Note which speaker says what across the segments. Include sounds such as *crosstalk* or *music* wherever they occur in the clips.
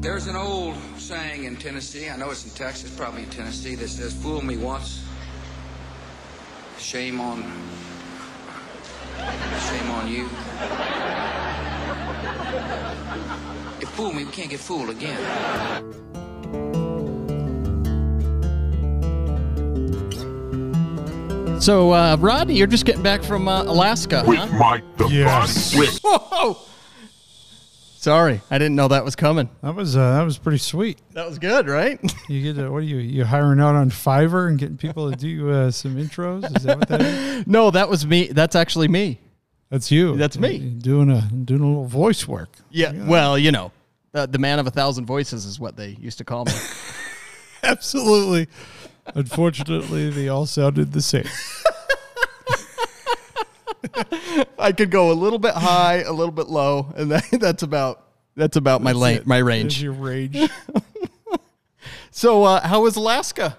Speaker 1: There's an old saying in Tennessee, I know it's in Texas, probably in Tennessee, that says, Fool me once, shame on. shame on you. If fool me, we can't get fooled again.
Speaker 2: So, uh, Rodney, you're just getting back from uh, Alaska,
Speaker 3: with
Speaker 2: huh?
Speaker 3: Mike the
Speaker 4: Yes.
Speaker 3: Body Whip.
Speaker 2: *laughs* Whoa! Sorry, I didn't know that was coming.
Speaker 4: That was uh, that was pretty sweet.
Speaker 2: That was good, right?
Speaker 4: You get to, what are you you hiring out on Fiverr and getting people to do uh, some intros? Is that what that
Speaker 2: *laughs*
Speaker 4: is?
Speaker 2: no, that was me. That's actually me.
Speaker 4: That's you.
Speaker 2: That's me.
Speaker 4: doing a doing a little voice work.
Speaker 2: Yeah. Well, you know, uh, the man of a thousand voices is what they used to call me.
Speaker 4: Absolutely. Unfortunately, they all sounded the same.
Speaker 2: *laughs* I could go a little bit high, a little bit low, and *laughs* that, that's about that's about my lane,
Speaker 4: That's it.
Speaker 2: my *laughs*
Speaker 4: There's
Speaker 2: range.
Speaker 4: your range. it
Speaker 2: So, uh, how was Alaska?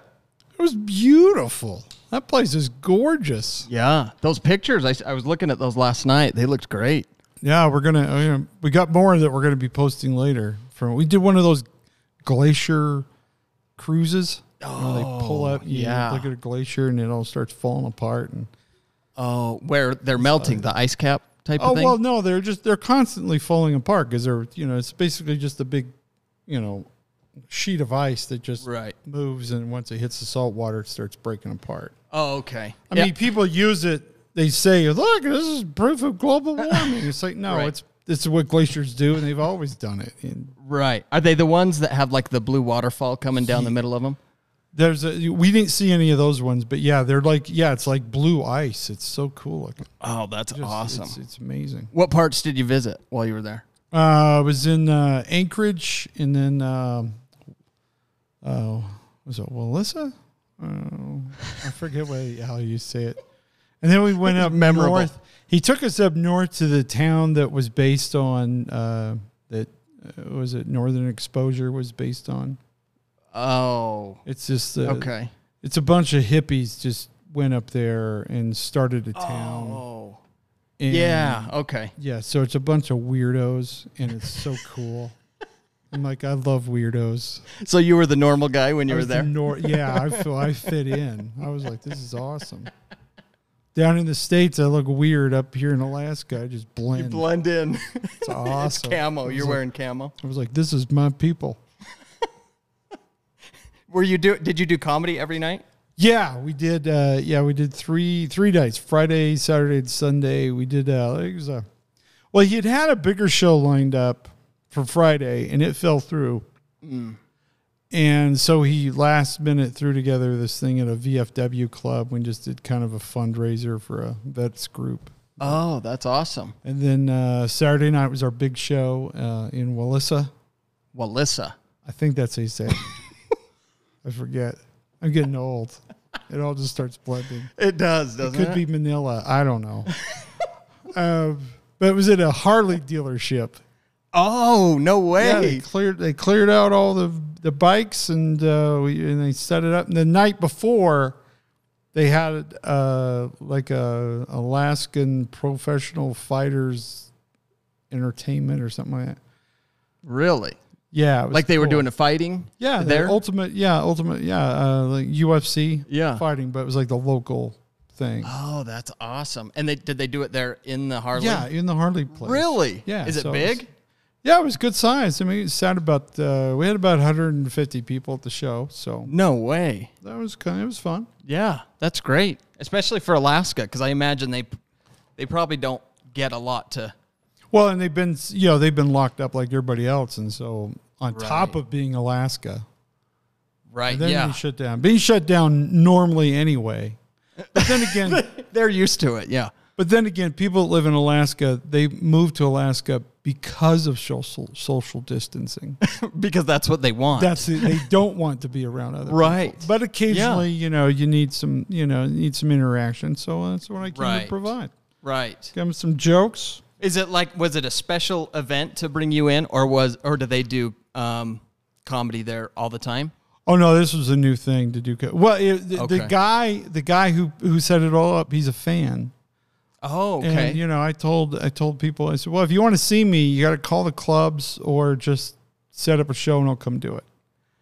Speaker 4: was beautiful. That place is gorgeous.
Speaker 2: Yeah, those pictures. I, s- I was looking at those last night. They looked great.
Speaker 4: Yeah, we're gonna. I mean, we got more that we're gonna be posting later. From we did one of those glacier cruises. Oh, they pull up. You
Speaker 2: yeah.
Speaker 4: look at a glacier and it all starts falling apart. And
Speaker 2: Oh, where they're melting the ice cap type
Speaker 4: oh
Speaker 2: of thing.
Speaker 4: well, no, they're just they're constantly falling apart because they're you know it's basically just a big, you know, sheet of ice that just
Speaker 2: Right.
Speaker 4: moves and once it hits the salt water, it starts breaking apart.
Speaker 2: oh, okay.
Speaker 4: I
Speaker 2: Yeah.
Speaker 4: mean, people use it. They say, "Look, this is proof of global warming." It's like, no,
Speaker 2: *laughs* Right.
Speaker 4: it's this is what glaciers do, and they've always done it. And
Speaker 2: right? Are they the ones that have like the blue waterfall coming down the middle of them?
Speaker 4: there's a, we didn't see any of those ones, but yeah, they're like, yeah, it's like blue ice. It's so cool looking.
Speaker 2: Oh, that's
Speaker 4: Just-
Speaker 2: awesome.
Speaker 4: It's, it's amazing.
Speaker 2: what parts did you visit while you were there?
Speaker 4: Uh, I was in uh, Anchorage, and then um, oh, was it Melissa? Oh, I forget what, how you say it. And then we went up
Speaker 2: memorable.
Speaker 4: north. He took us up north to the town that was based on uh, that uh, was it Northern Exposure was based on.
Speaker 2: Oh,
Speaker 4: It's just uh,
Speaker 2: okay.
Speaker 4: It's a bunch of hippies just went up there and started a town.
Speaker 2: Oh,
Speaker 4: and-
Speaker 2: yeah. Okay.
Speaker 4: yeah, so it's a bunch of weirdos, and
Speaker 2: *laughs*
Speaker 4: it's so cool. I'm like, I love weirdos.
Speaker 2: So you were the normal guy when you
Speaker 4: I
Speaker 2: were
Speaker 4: was the
Speaker 2: there.
Speaker 4: nor- yeah, I feel I fit in. I was like, this is awesome. Down in the states, I look weird. Up here in Alaska, I just
Speaker 2: *laughs*
Speaker 4: blend.
Speaker 2: Blend in.
Speaker 4: it's
Speaker 2: *laughs*
Speaker 4: awesome.
Speaker 2: camo.
Speaker 4: I was
Speaker 2: You're
Speaker 4: like-
Speaker 2: wearing camo.
Speaker 4: I was like, this is my people.
Speaker 2: Were you do? Did you do comedy every night?
Speaker 4: Yeah, we did. Uh, yeah, we did three three nights: Friday, Saturday, and Sunday. We did. Uh, it was a, well, he had had a bigger show lined up for Friday, and it fell through. And so he last minute threw together this thing at a VFW club. We just did kind of a fundraiser for a vets group.
Speaker 2: Oh, that's awesome.
Speaker 4: And then uh, Saturday night was our big show uh, in Wallissa.
Speaker 2: Walissa.
Speaker 4: I think that's how you say it. I forget. I'm getting old. It all just starts blending.
Speaker 2: It does, doesn't
Speaker 4: Could be Manila. I don't know. *laughs* um, but it was at a Harley dealership.
Speaker 2: Oh, no way.
Speaker 4: Yeah, they cleared they cleared out all the the bikes and uh, we, and they set it up. And the night before, they had uh, like a Alaskan professional fighters entertainment or something like that.
Speaker 2: really?
Speaker 4: Yeah, it was
Speaker 2: Like they were
Speaker 4: cool.
Speaker 2: doing a fighting?
Speaker 4: yeah the
Speaker 2: there.
Speaker 4: ultimate yeah ultimate yeah uh, like UFC
Speaker 2: Yeah.
Speaker 4: fighting, but it was like the local
Speaker 2: *gasps*
Speaker 4: thing.
Speaker 2: oh, that's awesome. And they did they do it there in the Harley?
Speaker 4: Yeah, in the Harley place.
Speaker 2: Really?
Speaker 4: Yeah.
Speaker 2: Is it
Speaker 4: so was-
Speaker 2: big?
Speaker 4: yeah, it was good size. I mean, it sounded about uh, we had about 150 people at the show, so
Speaker 2: no way.
Speaker 4: that was kind of, it was fun.
Speaker 2: Yeah, that's great, especially for Alaska, because I imagine they they probably don't get a lot to.
Speaker 4: Well, and they've been you know they've been locked up like everybody else, and so on top
Speaker 2: Right.
Speaker 4: of being Alaska,
Speaker 2: Right?
Speaker 4: then
Speaker 2: Yeah,
Speaker 4: being shut down, being shut down normally anyway. But then
Speaker 2: *laughs*
Speaker 4: again,
Speaker 2: they're used to it.
Speaker 4: *laughs*
Speaker 2: Yeah.
Speaker 4: but then again, people that live in Alaska they move to Alaska because of social social distancing.
Speaker 2: because that's what they want.
Speaker 4: That's it. They don't want to be around other people.
Speaker 2: Right.
Speaker 4: But occasionally, you know, you need some, you know, you need some interaction. So that's what I came
Speaker 2: Right.
Speaker 4: to provide.
Speaker 2: right.
Speaker 4: Give them some jokes.
Speaker 2: Is it like was it a special event to bring you in, or was or do they do um, comedy there all the time?
Speaker 4: Oh no, this was a new thing to do. co- Well, it, the, the
Speaker 2: Okay.
Speaker 4: guy, the guy who who set it all up, he's a fan.
Speaker 2: Oh,
Speaker 4: And
Speaker 2: okay.
Speaker 4: you know, I told I told people, I said, well, if you want to see me, you got to call the clubs or just set up a show and I'll come do it.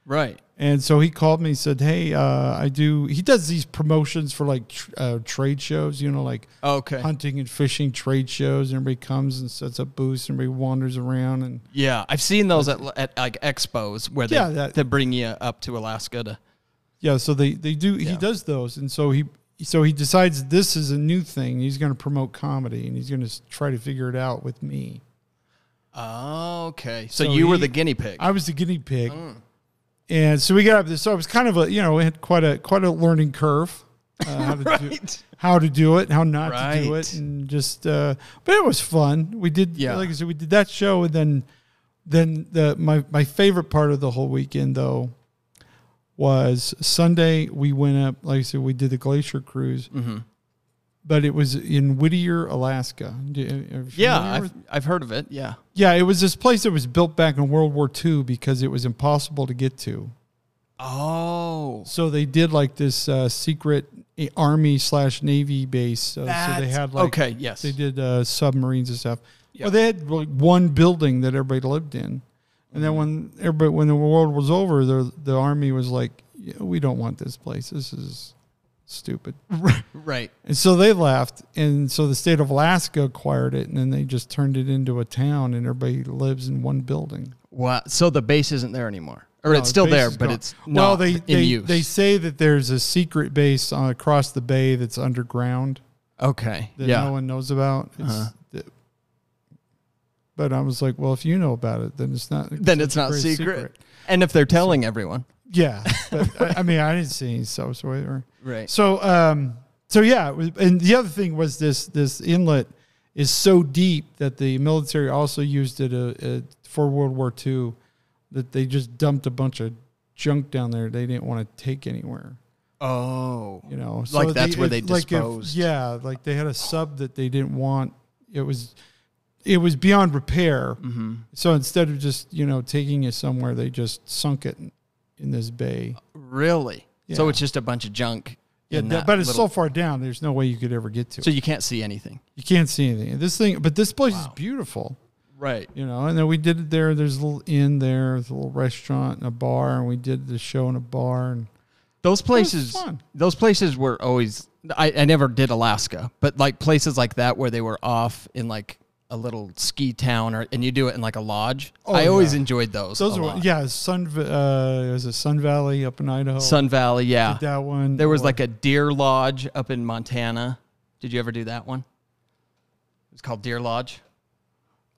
Speaker 2: Right.
Speaker 4: And so he called me and said, Hey, uh, I do. He does these promotions for like tr- uh, trade shows, you know, like
Speaker 2: Okay.
Speaker 4: hunting and fishing trade shows. And everybody comes and sets up booths and everybody wanders around. And
Speaker 2: Yeah, I've seen those at, at like expos where they
Speaker 4: Yeah, that-
Speaker 2: they bring you up to Alaska to.
Speaker 4: yeah, so they, they do, he
Speaker 2: Yeah.
Speaker 4: does those. And so he, so he decides this is a new thing. He's going to promote comedy and he's going to try to figure it out with me.
Speaker 2: Oh, okay. So,
Speaker 4: So
Speaker 2: you were
Speaker 4: he-
Speaker 2: the guinea pig.
Speaker 4: I was the guinea pig,
Speaker 2: Mm.
Speaker 4: and so we got up. This, so it was kind of a you know we had quite a quite a learning curve. Uh,
Speaker 2: *laughs*
Speaker 4: how, to do,
Speaker 2: Right.
Speaker 4: how to do it, how not to do
Speaker 2: Right.
Speaker 4: it, and just uh, but it was fun. We did,
Speaker 2: Yeah.
Speaker 4: like I said, we did that show, and then then the my my favorite part of the whole weekend though was Sunday. We went up, like I said, we did the glacier cruise,
Speaker 2: Mm-hmm.
Speaker 4: but it was in Whittier, Alaska. Do you- are you
Speaker 2: yeah,
Speaker 4: familiar
Speaker 2: I've,
Speaker 4: with
Speaker 2: I've heard of it. Yeah.
Speaker 4: yeah, it was this place that was built back in World War II because it was impossible to get to.
Speaker 2: Oh,
Speaker 4: So they did like this uh, secret i- army slash navy base. uh, So, so they
Speaker 2: That's-
Speaker 4: had like
Speaker 2: okay, yes.
Speaker 4: they did uh, submarines and stuff.
Speaker 2: Yeah.
Speaker 4: Well, they had like one building that everybody lived in, and
Speaker 2: Mm-hmm.
Speaker 4: then when everybody when the world was over, the the army was like, yeah, we don't want this place. This is stupid.
Speaker 2: right.
Speaker 4: And so they left, and so the state of Alaska acquired it, and then they just turned it into a town, and everybody lives in one building.
Speaker 2: Wow. So the base isn't there anymore, or
Speaker 4: No,
Speaker 2: it's still
Speaker 4: base
Speaker 2: there,
Speaker 4: is
Speaker 2: but
Speaker 4: gone.
Speaker 2: it's not
Speaker 4: well. They
Speaker 2: in
Speaker 4: they,
Speaker 2: use.
Speaker 4: they say that there's a secret base on, across the bay that's underground
Speaker 2: okay.
Speaker 4: that
Speaker 2: yeah. Uh-huh.
Speaker 4: no one knows about. It's, th- but I was like, well, if you know about it, then it's not.
Speaker 2: then it's
Speaker 4: such a
Speaker 2: not
Speaker 4: great
Speaker 2: secret. And if they're telling everyone,
Speaker 4: Yeah, but I, I mean, I didn't see any subs or
Speaker 2: *laughs* right?
Speaker 4: So um so yeah, it was, and the other thing was this this inlet is so deep that the military also used it uh, uh, for World War II that they just dumped a bunch of junk down there they didn't want to take anywhere.
Speaker 2: oh,
Speaker 4: You know,
Speaker 2: Like that's where they
Speaker 4: it- like if-
Speaker 2: disposed.
Speaker 4: yeah, like they had a sub that they didn't want. It was it was beyond repair.
Speaker 2: Mm-hmm.
Speaker 4: So instead of just you know taking it somewhere, they just sunk it in, in this bay.
Speaker 2: really? So
Speaker 4: Yeah.
Speaker 2: it's just a bunch of junk.
Speaker 4: Yeah,
Speaker 2: in
Speaker 4: that-
Speaker 2: that
Speaker 4: but it's
Speaker 2: little-
Speaker 4: so far down. There's no way you could ever get to it.
Speaker 2: so you can't see anything.
Speaker 4: You can't see anything. This thing, but this place is beautiful,
Speaker 2: Right.
Speaker 4: you know. And then we did it there. There's a little inn there, there's a little restaurant and a bar, and we did the show in a bar. And
Speaker 2: those places
Speaker 4: fun.
Speaker 2: those places were always I, I never did alaska but like places like that where they were off in like a little ski town or and you do it in like a lodge i always
Speaker 4: Oh, yeah.
Speaker 2: enjoyed those
Speaker 4: those
Speaker 2: a
Speaker 4: were
Speaker 2: lot.
Speaker 4: yeah, Sun. Uh, it was a Sun Valley up in Idaho.
Speaker 2: sun valley yeah
Speaker 4: Did that one.
Speaker 2: there was
Speaker 4: or-
Speaker 2: like a deer lodge up in montana did you ever do that one it's called deer lodge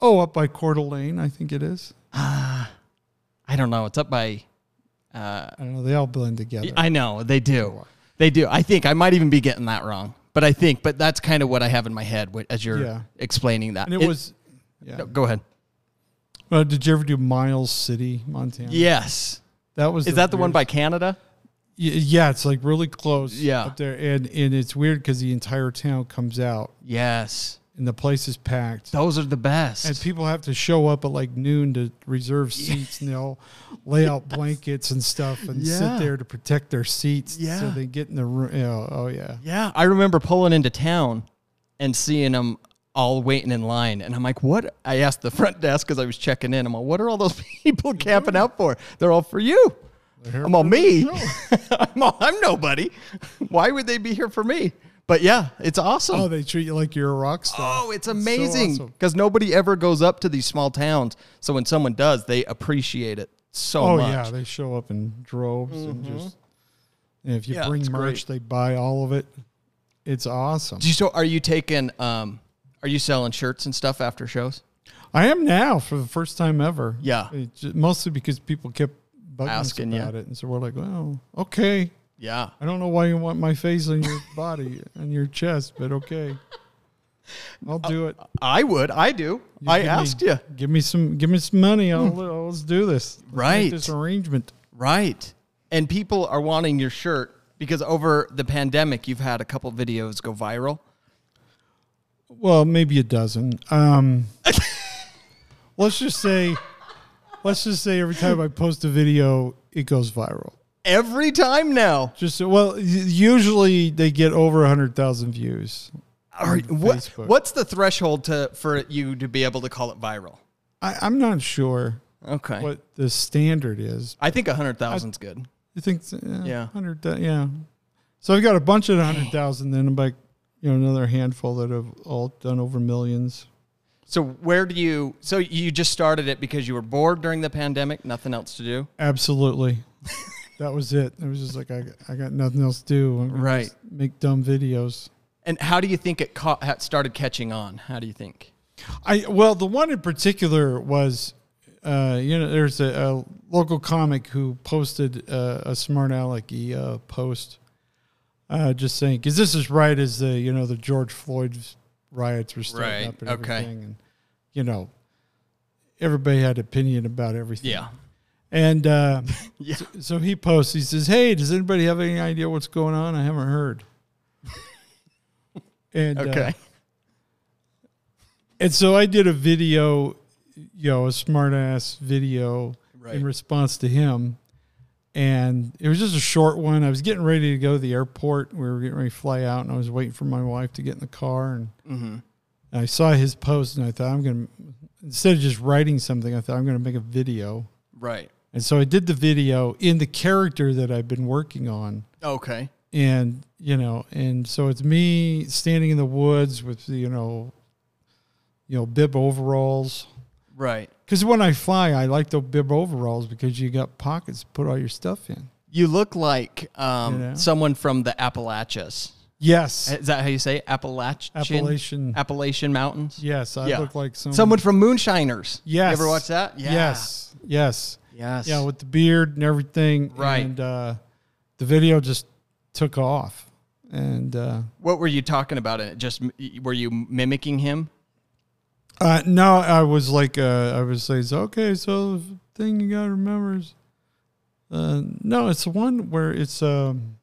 Speaker 4: oh up by Coeur d'Alene, I think it is.
Speaker 2: i don't know it's up by
Speaker 4: I don't know. They all blend together.
Speaker 2: I know they do. They do. I think I might even be getting that wrong, but I think, but that's kind of what I have in my head wh- as you're
Speaker 4: Yeah.
Speaker 2: explaining that.
Speaker 4: and it, was. Yeah.
Speaker 2: No, go ahead.
Speaker 4: Well, did you ever do Miles City, Montana?
Speaker 2: Yes.
Speaker 4: That was.
Speaker 2: Is that the one
Speaker 4: weirdest-
Speaker 2: by Canada?
Speaker 4: Y- Yeah, it's like really close.
Speaker 2: Yeah.
Speaker 4: Up there, and and it's weird because the entire town comes out
Speaker 2: Yes.
Speaker 4: and the place is packed.
Speaker 2: Those are the best.
Speaker 4: And people have to show up at like noon to reserve seats, and they'll
Speaker 2: *laughs*
Speaker 4: lay out blankets and stuff, and
Speaker 2: Yeah.
Speaker 4: sit there to protect their seats. so
Speaker 2: Yeah.
Speaker 4: they get in the room. You know, oh yeah,
Speaker 2: yeah. I remember pulling into town and seeing them all waiting in line. And I'm like, what? I asked the front desk because I was checking in. I'm like, what are all those *laughs* people camping out for? They're all for you.
Speaker 4: They're
Speaker 2: I'm all
Speaker 4: for
Speaker 2: me.
Speaker 4: the
Speaker 2: *laughs* I'm, all, I'm nobody. *laughs* Why would they be here for me? But yeah, it's awesome.
Speaker 4: oh they treat you like you're a rock star.
Speaker 2: Oh, it's
Speaker 4: so
Speaker 2: amazing
Speaker 4: awesome.
Speaker 2: because nobody ever goes up to these small towns. So when someone does, they appreciate it so
Speaker 4: Oh
Speaker 2: much.
Speaker 4: yeah, they show up in droves and just. And if you
Speaker 2: Mm-hmm. Yeah,
Speaker 4: bring
Speaker 2: it's
Speaker 4: merch, they buy all of it. It's awesome.
Speaker 2: Do you, so are you taking? Um, are you selling shirts and stuff after shows?
Speaker 4: I am now for the first time ever.
Speaker 2: Yeah.
Speaker 4: It's ju- mostly because people kept bugging
Speaker 2: Asking
Speaker 4: us
Speaker 2: ya.
Speaker 4: about it, and so we're like, well, okay.
Speaker 2: Yeah.
Speaker 4: I don't know why you want my face on your *laughs* body and your chest,
Speaker 2: *laughs*
Speaker 4: but okay. I'll do it.
Speaker 2: I would. I do. I
Speaker 4: Give me-
Speaker 2: asked you.
Speaker 4: Give me some. Give me some money. I'll, I'll- let's do this. Let's make
Speaker 2: Right.
Speaker 4: this arrangement.
Speaker 2: Right. And people are wanting your shirt because over the pandemic, you've had a couple videos go viral.
Speaker 4: Well, maybe a dozen. *laughs* Um, let's just say, let's just say every time I post a video, it goes viral.
Speaker 2: Every time now.
Speaker 4: Just so- well, y- usually they get over hundred thousand views.
Speaker 2: Are, what,
Speaker 4: Facebook.
Speaker 2: what's the threshold to for you to be able to call it viral?
Speaker 4: I, I'm not sure.
Speaker 2: Okay.
Speaker 4: what the standard is.
Speaker 2: I think a hundred thousand's good.
Speaker 4: You think, so,
Speaker 2: Yeah.
Speaker 4: yeah, hundred, yeah. So I've got a bunch at hundred thousand, then about you know another handful that have all done over millions.
Speaker 2: So where do you? So you just started it because you were bored during the pandemic, nothing else to do.
Speaker 4: *laughs* Absolutely, that was it. It was just like I, I got nothing else to do. I'm gonna
Speaker 2: Right.
Speaker 4: just make dumb videos.
Speaker 2: And how do you think it caught, ha- started catching on? How do you think?
Speaker 4: I well, the one in particular was, uh, you know, there's a, a local comic who posted uh, a smart alecky uh, post, uh, just saying because this is right as the you know the George Floyd riots were starting
Speaker 2: Right,
Speaker 4: up and
Speaker 2: okay.
Speaker 4: everything, and you know, everybody had opinion about everything.
Speaker 2: Yeah.
Speaker 4: And uh,
Speaker 2: Yeah.
Speaker 4: so, so he posts, he says, Hey, does anybody have any idea what's going on? I haven't heard. *laughs* and,
Speaker 2: *laughs*
Speaker 4: uh,
Speaker 2: Okay.
Speaker 4: and so I did a video, you know, a smart ass video
Speaker 2: Right.
Speaker 4: in response to him. And it was just a short one. I was getting ready to go to the airport. We were getting ready to fly out, and I was waiting for my wife to get in the car. And, and I saw his post, and I thought, I'm going to, instead of just writing something, I thought, I'm going to make a video.
Speaker 2: Right.
Speaker 4: And so I did the video in the character that I've been working on.
Speaker 2: Okay.
Speaker 4: And, you know, and so it's me standing in the woods with, you know, you know, bib overalls.
Speaker 2: Right.
Speaker 4: Because when I fly, I like the bib overalls because you got pockets to put all your stuff in.
Speaker 2: You look like um,
Speaker 4: You know?
Speaker 2: someone from the Appalachias.
Speaker 4: Yes.
Speaker 2: Is that how you say it? Appalachian?
Speaker 4: Appalachian.
Speaker 2: Appalachian Mountains?
Speaker 4: Yes. I
Speaker 2: Yeah.
Speaker 4: look like some,
Speaker 2: Someone from Moonshiners.
Speaker 4: Yes.
Speaker 2: You ever watch that? Yeah.
Speaker 4: Yes. Yes.
Speaker 2: Yes.
Speaker 4: Yeah. With the beard and everything.
Speaker 2: Right.
Speaker 4: And uh, the video just took off. And, uh,
Speaker 2: What were you talking about? In it just m- y- were you mimicking him?
Speaker 4: Uh, no, I was like, uh, I was saying, okay, so the thing you gotta remember is, uh, no, it's the one where it's um,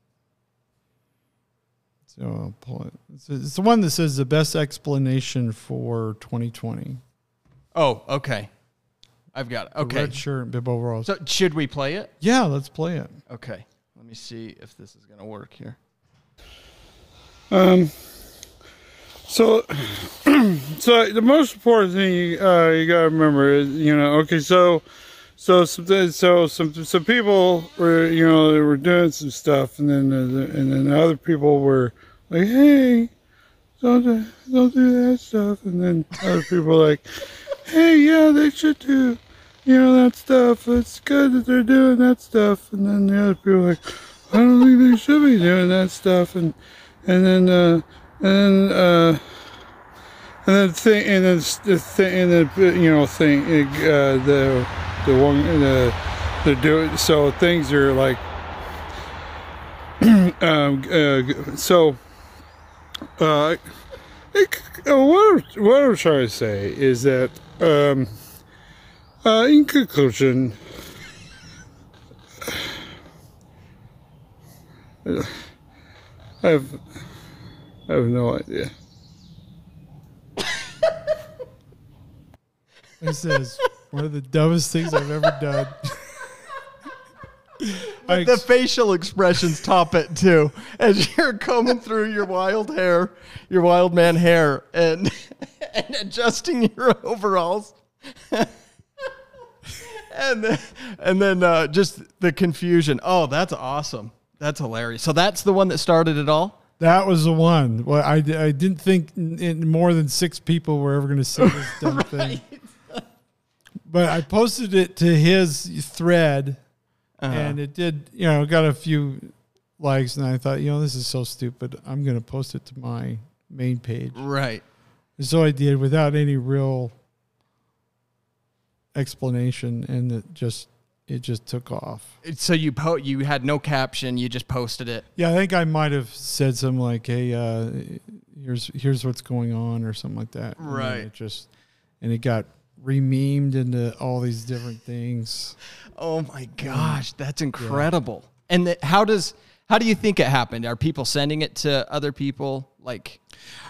Speaker 4: so I'll pull it. It's, it's the one that says the best explanation for 2020.
Speaker 2: Oh, okay. I've got it. Okay.
Speaker 4: Red shirt and bib overalls.
Speaker 2: So should we play it?
Speaker 4: yeah, let's play it.
Speaker 2: Okay. Let me see if this is gonna work here.
Speaker 3: Um, So, *clears throat* so the most important thing you, uh, you gotta remember is, you know, okay, so, so some, so some, some people were, you know, they were doing some stuff, and then, the, and then other people were like, hey, don't, do- don't do that stuff, and then other people were like, hey, yeah, they should do, you know, that stuff. It's good that they're doing that stuff, and then the other people were like, I don't think they should be doing that stuff, and, and then, uh, and then, uh, and then thing, and then s- the thing, and then you know thing, uh, the the one the the do so things are like *clears throat* um uh, so uh it, c- uh, what I'm, what I'm trying to say is that um uh in conclusion I have I have no idea.
Speaker 4: This is one of the dumbest things I've ever
Speaker 2: *laughs*
Speaker 4: done. I
Speaker 2: The facial expressions top it too. As you're combing through your wild hair, your wild man hair, and *laughs* and adjusting your overalls, *laughs* and then, and then uh, just the confusion. Oh, that's awesome. That's hilarious. So that's the one that started it all.
Speaker 4: That was the one. Well, I, di- I didn't think n- n- more than six people were ever going to see this dumb thing. But I posted it to his thread,
Speaker 2: Uh-huh.
Speaker 4: and it did. You know, got a few likes, and I thought, you know, this is so stupid. I'm going to post it to my main page.
Speaker 2: Right.
Speaker 4: And so I did without any real explanation, and it just it just took off.
Speaker 2: So you po- you had no caption. You just posted it.
Speaker 4: Yeah, I think I might have said something like, "Hey, uh, here's here's what's going on" or something like that. And then
Speaker 2: Right.
Speaker 4: It just and it got rememed into all these different things.
Speaker 2: Oh my gosh, that's incredible. And the, how does how do you think it happened? Are people sending it to other people? Like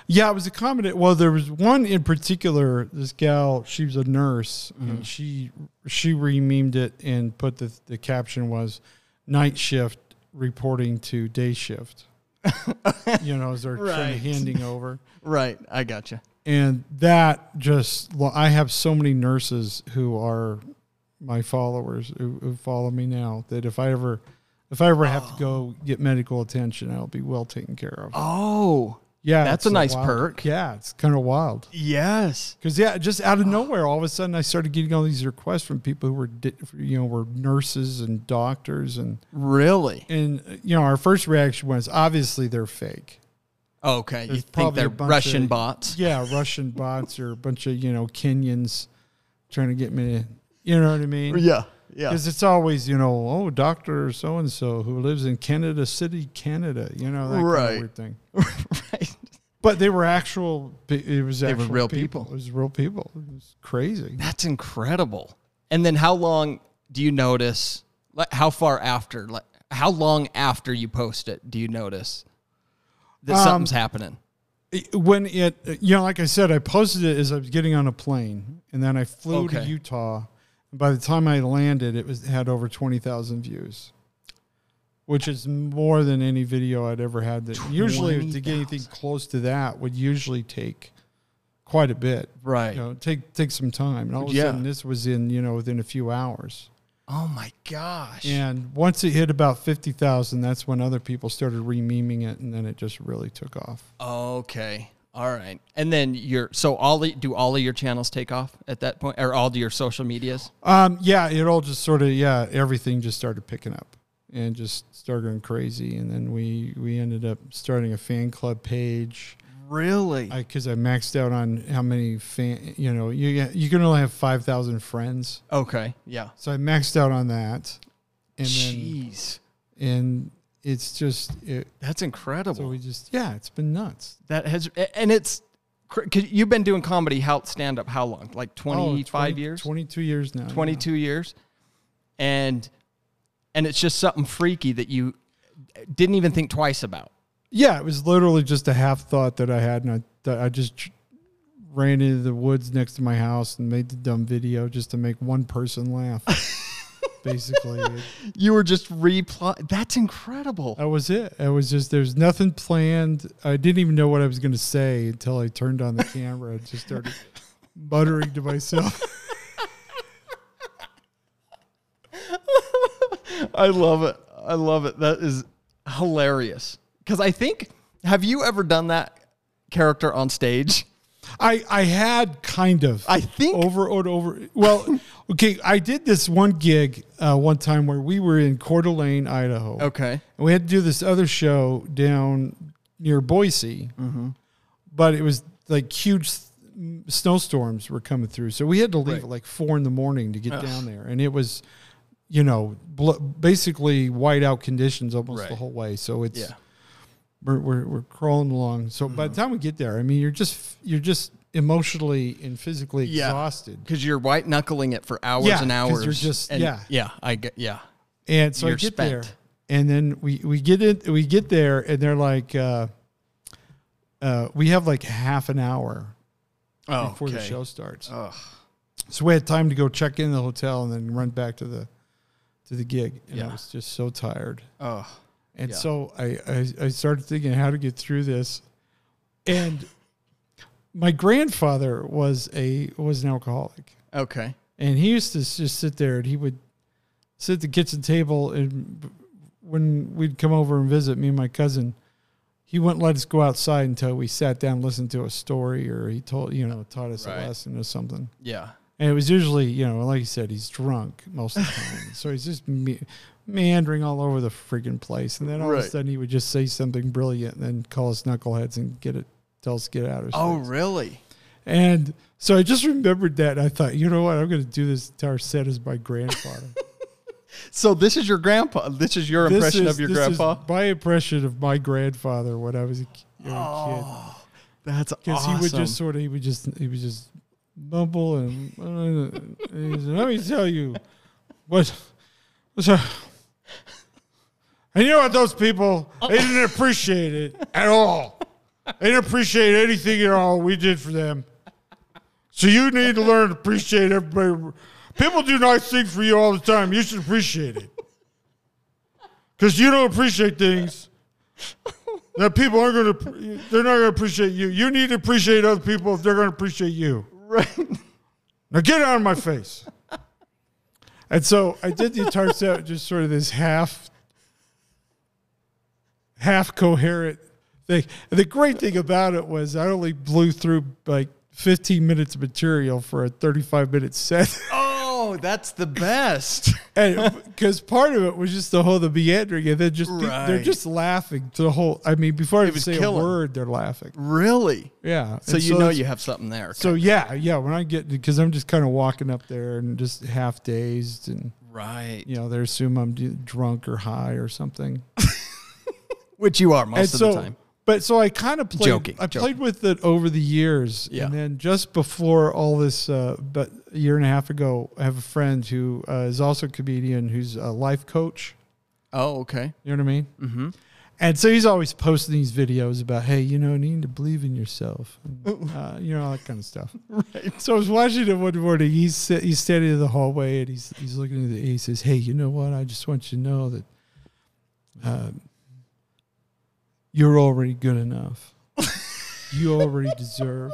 Speaker 4: Yeah, it was a combination. Well, there was one in particular. This gal, she was a nurse, and she she rememed it and put the the caption was "night shift reporting to day shift." *laughs* you know, as they're trying
Speaker 2: Right.
Speaker 4: to handing over.
Speaker 2: Right, I gotcha.
Speaker 4: and that just well, I have so many nurses who are my followers who, who follow me now that if I ever if I ever have to go get medical attention, I'll be well taken care of.
Speaker 2: Oh,
Speaker 4: yeah,
Speaker 2: that's
Speaker 4: it's
Speaker 2: a nice
Speaker 4: wild-
Speaker 2: perk.
Speaker 4: Yeah, it's kind of wild.
Speaker 2: yes.
Speaker 4: Because yeah, just out of nowhere, all of a sudden, I started getting all these requests from people who were, di- you know, were nurses and doctors, and
Speaker 2: Really?
Speaker 4: and uh, you know, our first reaction was obviously they're fake.
Speaker 2: Okay, you
Speaker 4: There's
Speaker 2: think
Speaker 4: probably
Speaker 2: they're
Speaker 4: a bunch
Speaker 2: Russian
Speaker 4: of-
Speaker 2: bots?
Speaker 4: Yeah, Russian bots or a bunch of you know Kenyans trying to get me. to- You know what I mean?
Speaker 2: yeah. *laughs*
Speaker 4: Because it's always you know, oh, doctor so and so who lives in Canada City, Canada. You know, that kind
Speaker 2: Right.
Speaker 4: of weird thing.
Speaker 2: right.
Speaker 4: But they were actual. pe- It was
Speaker 2: were
Speaker 4: actual
Speaker 2: real people.
Speaker 4: It was real people. It was crazy.
Speaker 2: That's incredible. And then how long do you notice? Like how far after? Like how long after you post it do you notice that
Speaker 4: Um,
Speaker 2: something's happening?
Speaker 4: It- when it you know like i said i posted it as i was getting on a plane and then i flew to
Speaker 2: Okay.
Speaker 4: utah and by the time i landed it was had over 20000 views which is more than any video i'd ever had that usually to get anything close to that would usually take quite a bit
Speaker 2: Right.
Speaker 4: you know take take some time and all of a
Speaker 2: Yeah.
Speaker 4: sudden this was in you know within a few hours
Speaker 2: Oh my gosh.
Speaker 4: and once it hit about 50000 that's when other people started rememing it and then it just really took off
Speaker 2: Okay. All right. And then your so all of- do all of your channels take off at that point, or all of your social medias?
Speaker 4: Um, yeah, it all just sort of yeah, everything just started picking up and just started going crazy, and then we we ended up starting a fan club page
Speaker 2: Really?
Speaker 4: because I, maxed out on how many fan you know you you can only have five thousand friends,
Speaker 2: okay. Yeah.
Speaker 4: so I maxed out on that, and then
Speaker 2: Jeez,
Speaker 4: and it's just it,
Speaker 2: that's incredible.
Speaker 4: so we just yeah, it's been nuts.
Speaker 2: that has a- and it's cr- 'cause you've been doing comedy how stand up how long? Like
Speaker 4: Oh,
Speaker 2: 25 years,
Speaker 4: twenty two years now, yeah.
Speaker 2: 22 years, and and it's just something freaky that you didn't even think twice about.
Speaker 4: Yeah, it was literally just a half thought that I had, and I that I just tr- ran into the woods next to my house and made the dumb video just to make one
Speaker 2: *laughs*
Speaker 4: person laugh. Basically,
Speaker 2: You were just reply. That's incredible.
Speaker 4: that was it. It was just there's nothing planned. I didn't even know what I was going to say until I
Speaker 2: *laughs*
Speaker 4: turned on the camera and just started muttering to myself. *laughs*
Speaker 2: I love it. I love it. That is hilarious. Because I think, have you ever done that character on stage?
Speaker 4: I I had kind of
Speaker 2: I think-
Speaker 4: over over over. Well,
Speaker 2: *laughs*
Speaker 4: okay, I did this one gig uh, one time where we were in Coeur d'Alene, Idaho.
Speaker 2: Okay.
Speaker 4: And we had to do this other show down near Boise,
Speaker 2: Mm-hmm.
Speaker 4: but it was like huge s- m- snowstorms were coming through. So we had to leave at like four in the morning to get down there. And it was, you know, bl- basically whiteout conditions almost the
Speaker 2: Right.
Speaker 4: whole way. So it's,
Speaker 2: Yeah. Mm-hmm.
Speaker 4: we're, we're, we're crawling along. So by the time we get there, I mean, you're just, you're just emotionally and physically
Speaker 2: Yeah.
Speaker 4: exhausted.
Speaker 2: Because you're white knuckling it for hours
Speaker 4: Yeah,
Speaker 2: and
Speaker 4: 'cause
Speaker 2: hours.
Speaker 4: you're just-
Speaker 2: and-
Speaker 4: yeah.
Speaker 2: Yeah. I get, yeah.
Speaker 4: And so I
Speaker 2: You're
Speaker 4: get
Speaker 2: spent.
Speaker 4: there, and then we we get it. We get there, and they're like, uh, uh, we have like half an hour
Speaker 2: Oh,
Speaker 4: before the
Speaker 2: okay.
Speaker 4: show starts. So we had time to go check in the hotel and then run back to the to the gig. And I
Speaker 2: Yeah.
Speaker 4: was just so tired.
Speaker 2: Oh,
Speaker 4: And
Speaker 2: Yeah.
Speaker 4: so I, I, I started thinking how to get through this. And my grandfather was a was an alcoholic.
Speaker 2: okay.
Speaker 4: And he used to s- just sit there and he would sit at the kitchen table. And b- when we'd come over and visit me and my cousin, he wouldn't let us go outside until we sat down, and listened to a story, or he told, you know, taught us
Speaker 2: Right.
Speaker 4: a lesson or something.
Speaker 2: Yeah.
Speaker 4: And it was usually, you know, like you said, he's drunk most of
Speaker 2: *laughs*
Speaker 4: the time. so he's just me- meandering all over the freaking place. And then all of a
Speaker 2: Right.
Speaker 4: sudden he would just say something brilliant and then call us knuckleheads and get it, tell us to get out or something.
Speaker 2: Oh, really?
Speaker 4: And so I just remembered that. And I thought, you know what? I'm going to do this entire set as my
Speaker 2: *laughs*
Speaker 4: grandfather.
Speaker 2: So this is your grandpa. This is your
Speaker 4: This
Speaker 2: impression
Speaker 4: is-
Speaker 2: of your
Speaker 4: this is
Speaker 2: grandpa.
Speaker 4: my impression of my grandfather when I was a, ki- you know,
Speaker 2: That's
Speaker 4: kid. Because
Speaker 2: awesome. *laughs*
Speaker 4: he would just sort of, he would just, he would just mumble and, uh, and he said, let me tell you what. So, and you know what? Those people, they didn't appreciate it at all. They didn't appreciate anything at all we did for them. So you need to learn to appreciate everybody. People do nice things for you all the time. You should appreciate it. Because you don't appreciate things that people aren't going to, they're not going to appreciate you. You need to appreciate other people if they're going to appreciate you.
Speaker 2: right.
Speaker 4: Now get out of my face. And so I did the entire set, just sort of this half, half coherent thing. And the great thing about it was I only blew through like 15 minutes of material for a 35 minute set. *laughs*
Speaker 2: Oh, that's the best.
Speaker 4: and because part of it was just the whole the meandering, and then just pe- they're
Speaker 2: Right.
Speaker 4: just laughing to the whole. I mean, before I even
Speaker 2: was
Speaker 4: say
Speaker 2: killing.
Speaker 4: a word, they're laughing.
Speaker 2: really?
Speaker 4: Yeah.
Speaker 2: So
Speaker 4: And
Speaker 2: you know
Speaker 4: it's-
Speaker 2: you have something there.
Speaker 4: So yeah, yeah. When I get because I'm just kind of walking up there and just half dazed, and
Speaker 2: right.
Speaker 4: you know they assume I'm d- drunk or high or something.
Speaker 2: Which you are most
Speaker 4: and
Speaker 2: of
Speaker 4: so,
Speaker 2: the time.
Speaker 4: but so I kind of played.
Speaker 2: Joking,
Speaker 4: I
Speaker 2: joking.
Speaker 4: played with it over the years,
Speaker 2: Yeah.
Speaker 4: and then just before all this, uh, but a year and a half ago, I have a friend who uh, is also a comedian who's a life coach.
Speaker 2: Oh, okay.
Speaker 4: You know what I mean? Mm-hmm. And so he's always posting these videos about, hey, you know, needing to believe in yourself, and, uh, you know, all that kind of stuff. right. So I was watching him one morning. He's sit- he's standing in the hallway and he's he's looking at the. He says, hey, you know what? I just want you to know that um, you're already good enough. you already deserve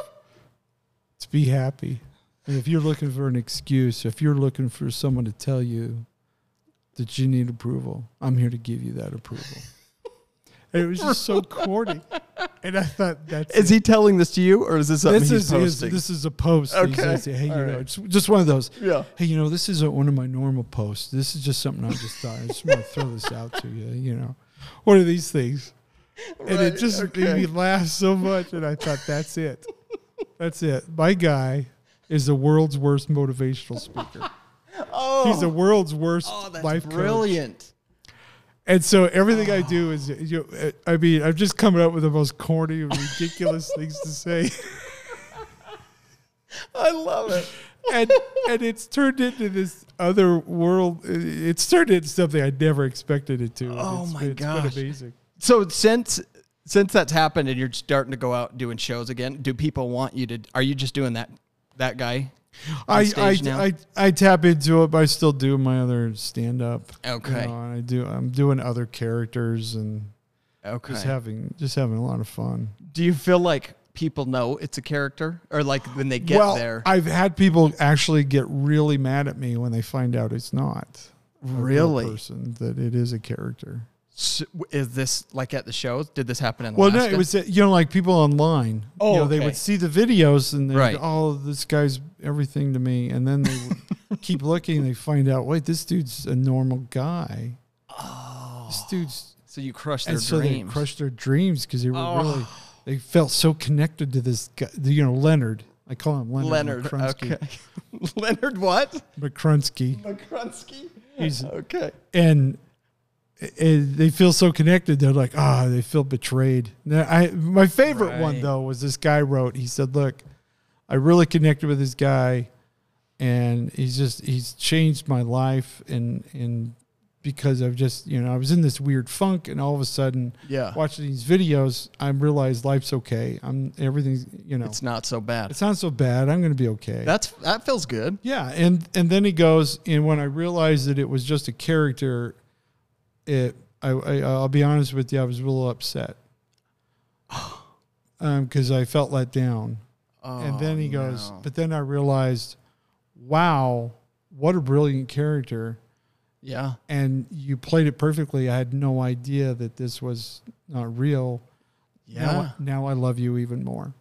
Speaker 4: to be happy. And if you're looking for an excuse, if you're looking for someone to tell you that you need approval. I'm here to give you that approval. and it was just so corny. And I thought that's
Speaker 2: Is
Speaker 4: it.
Speaker 2: he telling this to you or is this something
Speaker 4: this
Speaker 2: he's
Speaker 4: is, is-
Speaker 2: posting?
Speaker 4: this is a post. that he's
Speaker 2: Okay.
Speaker 4: gonna say, hey, you
Speaker 2: All
Speaker 4: know,
Speaker 2: right.
Speaker 4: it's just one of those.
Speaker 2: yeah.
Speaker 4: Hey, you know, this isn't one of my normal posts. This is just something I just thought. I just want to throw this out to you. You know, one of these things. And it
Speaker 2: Right,
Speaker 4: just made
Speaker 2: okay.
Speaker 4: me laugh so much, and I thought, that's it. That's it. My guy is the world's worst motivational speaker.
Speaker 2: Oh,
Speaker 4: He's the world's worst
Speaker 2: oh, that's
Speaker 4: life coach.
Speaker 2: brilliant.
Speaker 4: And so everything I do is, you know, I mean, I'm just coming up with the most corny and ridiculous things to say.
Speaker 2: I love it.
Speaker 4: And, and it's turned into this other world. It's turned into something I never expected it to.
Speaker 2: Oh
Speaker 4: It's
Speaker 2: my
Speaker 4: been- it's been
Speaker 2: gosh.
Speaker 4: amazing.
Speaker 2: So since since that's happened and you're starting to go out doing shows again, do people want you to are you just doing that that guy? on
Speaker 4: I, I,
Speaker 2: stage now?
Speaker 4: I, I tap into it, but I still do my other stand up.
Speaker 2: Okay.
Speaker 4: and I do, I'm doing other characters and
Speaker 2: Okay.
Speaker 4: just having, just having a lot of fun.
Speaker 2: do you feel like people know it's a character or like when they get
Speaker 4: well,
Speaker 2: there?
Speaker 4: I've had people actually get really mad at me when they find out it's not a real
Speaker 2: Really?
Speaker 4: person that it is a character.
Speaker 2: S- is this like at the shows? Did this happen in
Speaker 4: Well,
Speaker 2: Alaska?
Speaker 4: no, it was uh, you know like people online.
Speaker 2: Oh,
Speaker 4: you know, they
Speaker 2: okay.
Speaker 4: would see the videos and they
Speaker 2: Right.
Speaker 4: would, oh this guy's everything to me, and then they
Speaker 2: *laughs*
Speaker 4: would keep looking. They find out wait this dude's a normal guy. Oh, this dude's
Speaker 2: so you crushed their
Speaker 4: and so
Speaker 2: dreams.
Speaker 4: they crushed their dreams because they were
Speaker 2: Oh.
Speaker 4: really they felt so connected to this guy. You know Leonard. I call him Leonard.
Speaker 2: Leonard.
Speaker 4: McCrunsky.
Speaker 2: Okay. *laughs* Leonard
Speaker 4: *laughs*
Speaker 2: what?
Speaker 4: McCrunsky.
Speaker 2: McCrunsky.
Speaker 4: He's-
Speaker 2: okay.
Speaker 4: and and they feel so connected. They're like, ah, they feel betrayed. Now, I my favorite one
Speaker 2: Right.
Speaker 4: though was this guy wrote. He said, "Look, I really connected with this guy, and he's just he's changed my life, and and because I've just you know I was in this weird funk, and all of a sudden,
Speaker 2: Yeah.
Speaker 4: watching these videos, I realized life's okay. I'm everything's you know
Speaker 2: It's not so bad.
Speaker 4: it's not so bad. I'm going to be okay.
Speaker 2: That's that feels good.
Speaker 4: Yeah, and and then he goes, and when I realized that it was just a character, it I, I I'll be honest with you, I was a little upset, um, because I felt let down. and then he goes, but then I realized, wow, what a brilliant character,
Speaker 2: Yeah.
Speaker 4: and you played it perfectly. I had no idea that this was not real.
Speaker 2: Yeah.
Speaker 4: Now, now I love you even more.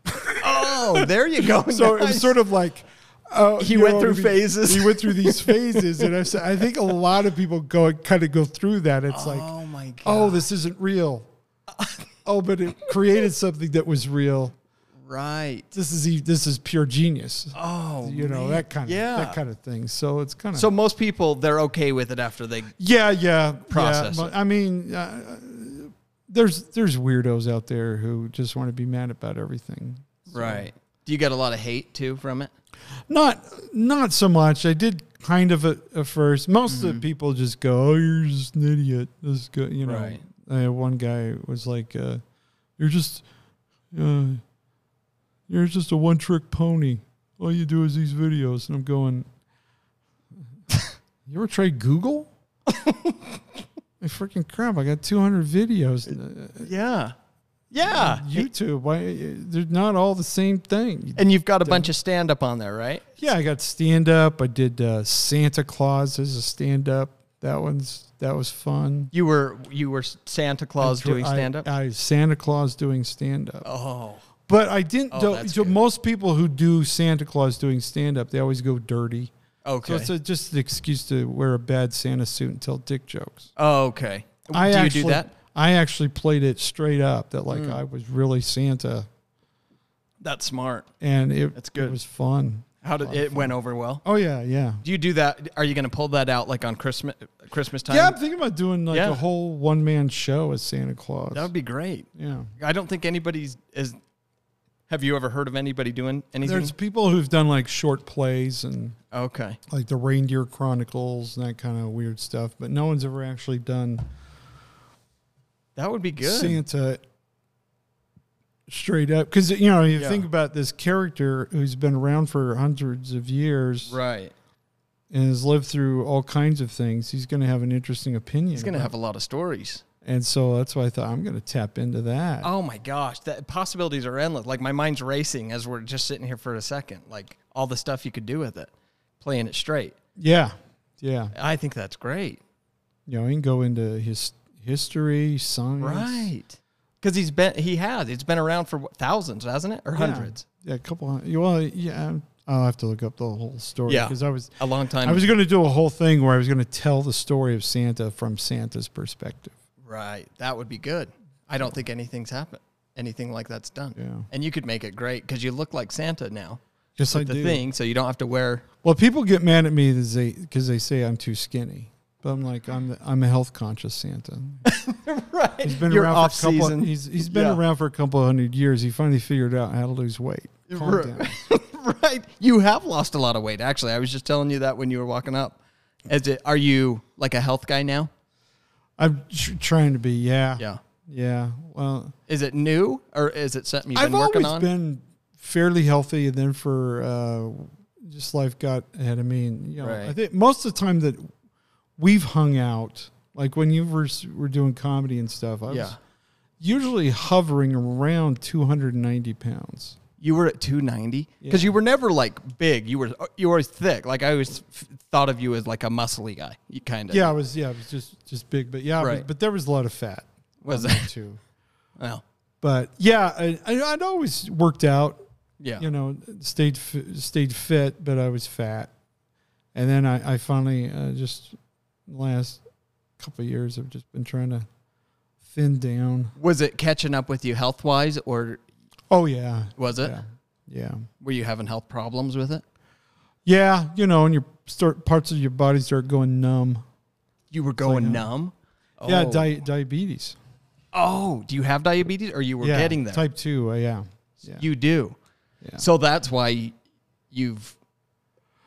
Speaker 2: Oh, there you *laughs* go.
Speaker 4: *laughs* So it was sort of like, oh,
Speaker 2: He
Speaker 4: you
Speaker 2: went
Speaker 4: know,
Speaker 2: through
Speaker 4: we-
Speaker 2: phases.
Speaker 4: He went through
Speaker 2: *laughs*
Speaker 4: these phases, and I said, I think a lot of people go kind of go through that. It's like,
Speaker 2: Oh my god.
Speaker 4: oh, this isn't real.
Speaker 2: *laughs*
Speaker 4: oh, but it created something that was real.
Speaker 2: right.
Speaker 4: This is e- this is pure genius.
Speaker 2: Oh.
Speaker 4: you know
Speaker 2: man.
Speaker 4: that kind of
Speaker 2: yeah.
Speaker 4: that kind of thing. So it's kind of
Speaker 2: So most people they're okay with it after they
Speaker 4: yeah, yeah,
Speaker 2: Process
Speaker 4: Yeah. But,
Speaker 2: it.
Speaker 4: I mean. Uh, there's there's weirdos out there who just want to be mad about everything.
Speaker 2: Right. Do you get a lot of hate too from it?
Speaker 4: Not not so much. I did kind of at, at first. Most of the people just go, "Oh, you're just an idiot." This go, you know.
Speaker 2: Right.
Speaker 4: Uh, one guy was like, uh, "You're just, uh, you're just a one-trick pony. All you do is these videos." And I'm going, "You ever tried Google?" I freaking crap! I got 200 videos. Uh,
Speaker 2: Yeah. Yeah.
Speaker 4: YouTube. Why uh, they're not all the same thing?
Speaker 2: And you've got a bunch of stand up on there, right?
Speaker 4: Yeah, I got stand up. I did uh, Santa Claus as a stand up. That one's that was fun.
Speaker 2: You were you were Santa Claus doing
Speaker 4: I-
Speaker 2: stand up.
Speaker 4: I, Santa Claus doing stand up.
Speaker 2: Oh.
Speaker 4: But I didn't.
Speaker 2: Oh,
Speaker 4: do-
Speaker 2: that's
Speaker 4: so
Speaker 2: good.
Speaker 4: most people who do Santa Claus doing stand up, they always go dirty.
Speaker 2: Okay.
Speaker 4: So it's a, just an excuse to wear a bad Santa suit and tell dick jokes.
Speaker 2: oh, okay.
Speaker 4: I
Speaker 2: do
Speaker 4: actually,
Speaker 2: you do that? Hmm.
Speaker 4: I actually played it straight up that like I was really Santa,
Speaker 2: That's smart.
Speaker 4: and it
Speaker 2: That's good.
Speaker 4: It was fun.
Speaker 2: How did it went over well?
Speaker 4: Oh yeah, yeah.
Speaker 2: Do you do that? Are you going to pull that out like on Christmas Christmas time?
Speaker 4: Yeah, I'm thinking about doing like
Speaker 2: Yeah.
Speaker 4: a whole one man show as Santa Claus.
Speaker 2: That would be great.
Speaker 4: yeah.
Speaker 2: I don't think anybody's is. Have you ever heard of anybody doing anything?
Speaker 4: There's people who've done like short plays and
Speaker 2: okay.
Speaker 4: like the Reindeer Chronicles and that kind of weird stuff, but no one's ever actually done
Speaker 2: That would be good.
Speaker 4: Santa straight up because you know you
Speaker 2: Yeah.
Speaker 4: think about this character who's been around for hundreds of years
Speaker 2: Right.
Speaker 4: and has lived through all kinds of things. He's going to have an interesting opinion.
Speaker 2: He's going to have a lot of stories.
Speaker 4: and so that's why I thought I'm going to tap into that.
Speaker 2: Oh my gosh, that possibilities are endless. Like my mind's racing as we're just sitting here for a second. Like all the stuff you could do with it, playing it straight.
Speaker 4: Yeah, yeah.
Speaker 2: I think that's great.
Speaker 4: You know, he can go into his history, science,
Speaker 2: Right. Because he's been, he has. It's been around for what, thousands, hasn't it? Or
Speaker 4: Yeah.
Speaker 2: hundreds?
Speaker 4: Yeah, a couple. Hundred. Well, yeah. I'll have to look up the whole story
Speaker 2: Yeah.
Speaker 4: because I was
Speaker 2: A long time.
Speaker 4: I was going to do a whole thing where I was going to tell the story of Santa from Santa's perspective.
Speaker 2: right. That would be good. I don't think anything's happened. Anything like that's done.
Speaker 4: Yeah.
Speaker 2: And you could make it great because you look like Santa now.
Speaker 4: Yes, I
Speaker 2: the
Speaker 4: do.
Speaker 2: thing, so you don't have to wear.
Speaker 4: Well, people get mad at me because they, 'cause they say I'm too skinny, but I'm like I'm the, I'm a health conscious Santa.
Speaker 2: Right.
Speaker 4: *laughs* He's
Speaker 2: *laughs*
Speaker 4: been
Speaker 2: You're
Speaker 4: around
Speaker 2: off
Speaker 4: for a couple.
Speaker 2: season.
Speaker 4: He's he's been
Speaker 2: Yeah.
Speaker 4: around for a couple hundred years. He finally figured out how to lose weight. Calm
Speaker 2: Right.
Speaker 4: down.
Speaker 2: *laughs* right. You have lost a lot of weight, actually. I was just telling you that when you were walking up. Is it, are you like a health guy now?
Speaker 4: I'm tr- trying to be. Yeah.
Speaker 2: Yeah.
Speaker 4: Yeah. Well,
Speaker 2: Is it new or is it something you've been
Speaker 4: I've
Speaker 2: working
Speaker 4: always
Speaker 2: on?
Speaker 4: been fairly healthy, and then for uh, just life got ahead of me, and you know, I
Speaker 2: Right.
Speaker 4: think most of the time that we've hung out, like when you were, s- were doing comedy and stuff, I
Speaker 2: yeah.
Speaker 4: was usually hovering around 290 pounds.
Speaker 2: You were at 290 because you were never like big. You were you were always thick. Like I always f- thought of you as like a muscly guy. You kind of
Speaker 4: Yeah, I was. Yeah, I was just just big, but yeah, I was-
Speaker 2: Right.
Speaker 4: but there was a lot of fat
Speaker 2: was that
Speaker 4: too.
Speaker 2: *laughs* well
Speaker 4: But yeah, I, I, I'd always worked out.
Speaker 2: yeah
Speaker 4: you know, stayed fi- stayed fit, but I was fat. And then I, I finally uh, just last couple of years I've just been trying to thin down.
Speaker 2: was it catching up with you health wise or
Speaker 4: Oh yeah,
Speaker 2: was it
Speaker 4: yeah, yeah,
Speaker 2: were you having health problems with it?
Speaker 4: yeah. You know, and your start parts of your body start going numb.
Speaker 2: You were going numb.
Speaker 4: Yeah,
Speaker 2: Oh.
Speaker 4: di- diabetes.
Speaker 2: Oh, do you have diabetes or you were
Speaker 4: yeah,
Speaker 2: getting there?
Speaker 4: Type two. Uh, yeah, yeah.
Speaker 2: You do.
Speaker 4: Yeah.
Speaker 2: So that's why you've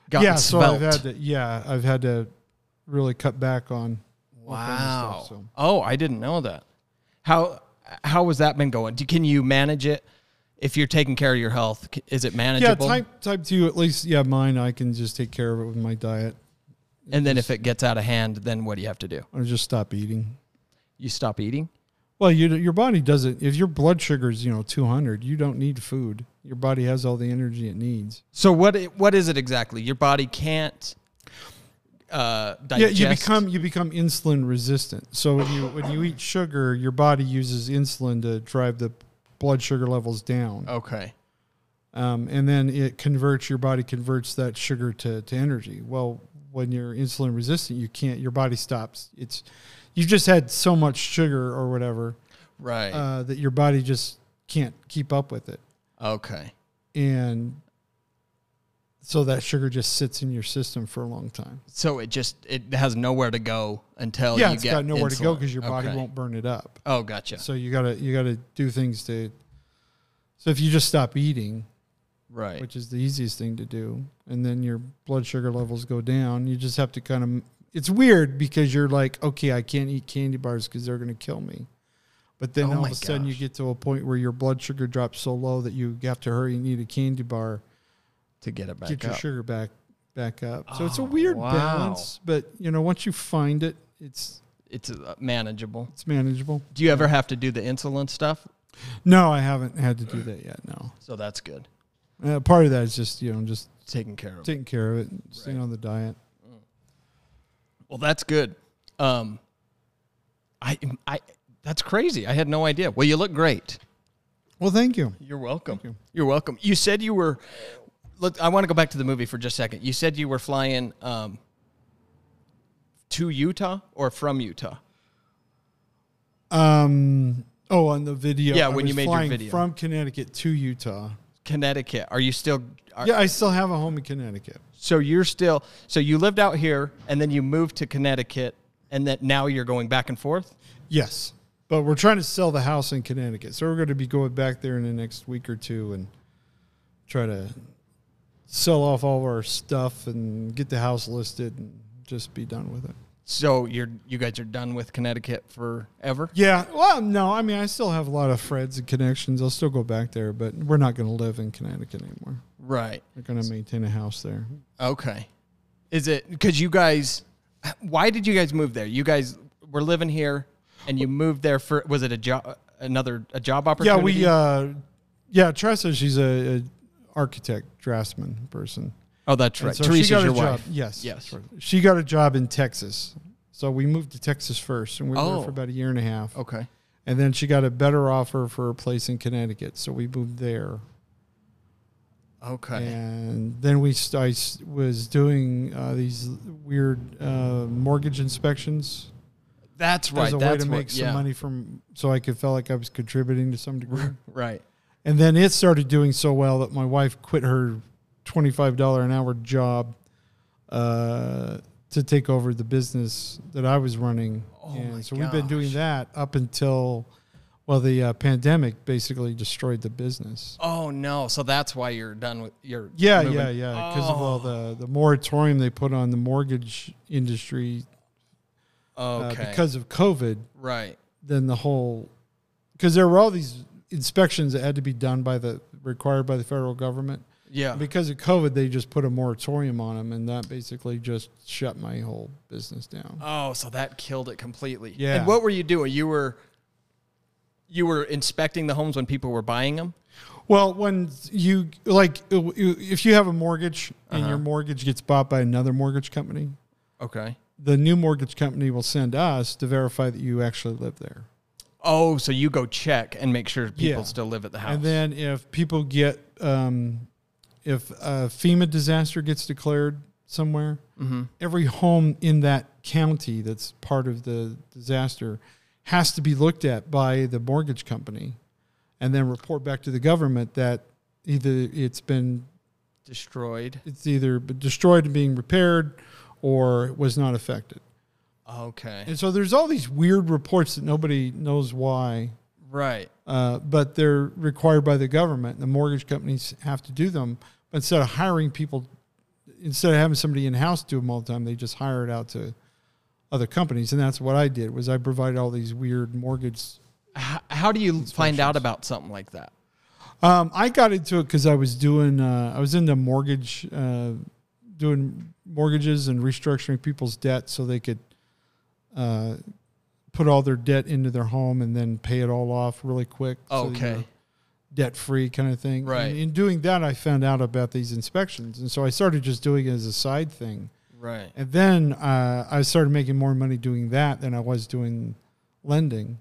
Speaker 2: gotten
Speaker 4: yeah, so
Speaker 2: svelte.
Speaker 4: I've had to. Yeah, I've had to really cut back on. all kinds of
Speaker 2: wow.
Speaker 4: stuff, so.
Speaker 2: Oh, I didn't know that. How how has that been going? Do, can you manage it if you're taking care of your health? c- Is it
Speaker 4: Yeah,
Speaker 2: manageable?
Speaker 4: type type two. At least, yeah, mine. I can just take care of it with my diet.
Speaker 2: and then if it gets out of hand, then what do you have to do?
Speaker 4: or just stop eating.
Speaker 2: You stop eating.
Speaker 4: Well, you, your body doesn't. If your blood sugar's you know two hundred, you don't need food. Your body has all the energy it needs.
Speaker 2: So what i- what is it exactly? Your body can't uh,
Speaker 4: Yeah,
Speaker 2: digest.
Speaker 4: you become you become insulin resistant. So when you when you eat sugar, your body uses insulin to drive the blood sugar levels down,
Speaker 2: okay.
Speaker 4: um, and then it converts your body converts that sugar to to energy. Well, when you're insulin resistant, you can't. Your body stops. It's you've just had so much sugar or whatever
Speaker 2: Right.
Speaker 4: uh, that your body just can't keep up with it.
Speaker 2: okay.
Speaker 4: and so that sugar just sits in your system for a long time.
Speaker 2: So it just it has nowhere to go until
Speaker 4: yeah,
Speaker 2: Oh, you
Speaker 4: it's
Speaker 2: get
Speaker 4: got nowhere to go
Speaker 2: insulin.
Speaker 4: because your body
Speaker 2: Okay.
Speaker 4: won't burn it up.
Speaker 2: Oh, gotcha.
Speaker 4: So you gotta you gotta do things to. So if you just stop eating,
Speaker 2: right.
Speaker 4: which is the easiest thing to do, and then your blood sugar levels go down, you just have to kind of. It's weird because you're like, okay, I can't eat candy bars because they're gonna kill me. But then
Speaker 2: Oh
Speaker 4: all
Speaker 2: my
Speaker 4: of a sudden you
Speaker 2: gosh.
Speaker 4: get to a point where your blood sugar drops so low that you have to hurry and eat a candy bar
Speaker 2: to get it back
Speaker 4: get your
Speaker 2: up.
Speaker 4: sugar back back up. So it's a
Speaker 2: Oh,
Speaker 4: weird
Speaker 2: wow.
Speaker 4: balance, but you know, once you find it, it's
Speaker 2: It's uh, manageable.
Speaker 4: it's manageable.
Speaker 2: Do you ever have to do the insulin stuff
Speaker 4: No, I haven't had to do that yet. No.
Speaker 2: So that's good.
Speaker 4: Uh, part of that is just you know just
Speaker 2: Taken care of.
Speaker 4: taking care of it, and staying on the diet.
Speaker 2: Well, that's good. Um, I, I, that's crazy. I had no idea. Well, you look great.
Speaker 4: Well, thank you.
Speaker 2: You're welcome. you. are welcome. You said you were. Look, I want to go back to the movie for just a second. You said you were flying um, to Utah or from Utah.
Speaker 4: Um. Oh, on the video.
Speaker 2: Yeah,
Speaker 4: I
Speaker 2: when
Speaker 4: was
Speaker 2: you made your
Speaker 4: flying
Speaker 2: video.
Speaker 4: from Connecticut to Utah.
Speaker 2: Connecticut. Are you still? Are,
Speaker 4: Yeah, I still have a home in Connecticut.
Speaker 2: So you're still. So you lived out here, and then you moved to Connecticut, and that now you're going back and forth.
Speaker 4: Yes, but we're trying to sell the house in Connecticut, so we're going to be going back there in the next week or two and try to sell off all of our stuff and get the house listed and just be done with it.
Speaker 2: So you're you guys are done with Connecticut forever.
Speaker 4: Yeah. Well, no, I mean, I still have a lot of friends and connections. I'll still go back there, but we're not going to live in Connecticut anymore.
Speaker 2: Right.
Speaker 4: We're going to maintain a house there.
Speaker 2: Okay. Is it because you guys? Why did you guys move there? You guys were living here, and you moved there for was it a job? Another a job
Speaker 4: Yeah,
Speaker 2: opportunity?
Speaker 4: we. uh Yeah, Tressa, she's a, a architect draftsman person.
Speaker 2: oh, that's
Speaker 4: And
Speaker 2: right.
Speaker 4: so she
Speaker 2: Teresa's
Speaker 4: got a
Speaker 2: your
Speaker 4: job.
Speaker 2: wife.
Speaker 4: Yes.
Speaker 2: Yes.
Speaker 4: that's right. She got a job in Texas, so we moved to Texas first, and we were
Speaker 2: Oh.
Speaker 4: there for about a year and a half.
Speaker 2: Okay.
Speaker 4: And then she got a better offer for a place in Connecticut, so we moved there.
Speaker 2: Okay.
Speaker 4: And then we st- I s- was doing uh, these weird uh, mortgage inspections
Speaker 2: That's right.
Speaker 4: as a way
Speaker 2: that's
Speaker 4: to
Speaker 2: what-
Speaker 4: make some
Speaker 2: yeah.
Speaker 4: money from, so I could feel like I was contributing to some degree.
Speaker 2: Right.
Speaker 4: and then it started doing so well that my wife quit her twenty five dollar an hour job uh, to take over the business that I was running.
Speaker 2: Oh
Speaker 4: and
Speaker 2: my
Speaker 4: so we've been doing
Speaker 2: gosh.
Speaker 4: that up until well, the uh, pandemic basically destroyed the business.
Speaker 2: Oh no. So that's why you're done with your.
Speaker 4: Yeah,
Speaker 2: moving.
Speaker 4: yeah, yeah. Because of all
Speaker 2: Oh.
Speaker 4: the, the moratorium they put on the mortgage industry uh,
Speaker 2: Okay.
Speaker 4: because of COVID,
Speaker 2: right.
Speaker 4: then the whole because there were all these inspections that had to be done by the required by the federal government.
Speaker 2: Yeah.
Speaker 4: Because of COVID, they just put a moratorium on them, and that basically just shut my whole business down.
Speaker 2: Oh, so that killed it completely.
Speaker 4: Yeah.
Speaker 2: And what were you doing? You were. You were inspecting the homes when people were buying them.
Speaker 4: Well, when you like, if you have a mortgage and
Speaker 2: Uh-huh.
Speaker 4: your mortgage gets bought by another mortgage company,
Speaker 2: Okay.
Speaker 4: the new mortgage company will send us to verify that you actually live there.
Speaker 2: Oh, so you go check and make sure people
Speaker 4: Yeah.
Speaker 2: still live at the house.
Speaker 4: And then if people get, um, if a FEMA disaster gets declared somewhere, every home in that county that's part of the disaster has to be looked at by the mortgage company and then report back to the government that either it's been
Speaker 2: destroyed.
Speaker 4: it's either destroyed and being repaired or was not affected.
Speaker 2: Okay.
Speaker 4: And so there's all these weird reports that nobody knows why
Speaker 2: Right.
Speaker 4: uh, but they're required by the government. The mortgage companies have to do them. But instead of hiring people, instead of having somebody in house do them all the time, they just hire it out to other companies. And that's what I did was I provided all these weird mortgage.
Speaker 2: How, how do you find out about something like that?
Speaker 4: Um, I got into it because I was doing uh, I was into mortgage, uh, doing mortgages and restructuring people's debt so they could. Uh, put all their debt into their home and then pay it all off really quick. so that
Speaker 2: Okay.
Speaker 4: you're- debt free kind of thing.
Speaker 2: Right.
Speaker 4: And in doing that, I found out about these inspections. And so I started just doing it as a side thing.
Speaker 2: Right.
Speaker 4: And then uh, I started making more money doing that than I was doing lending.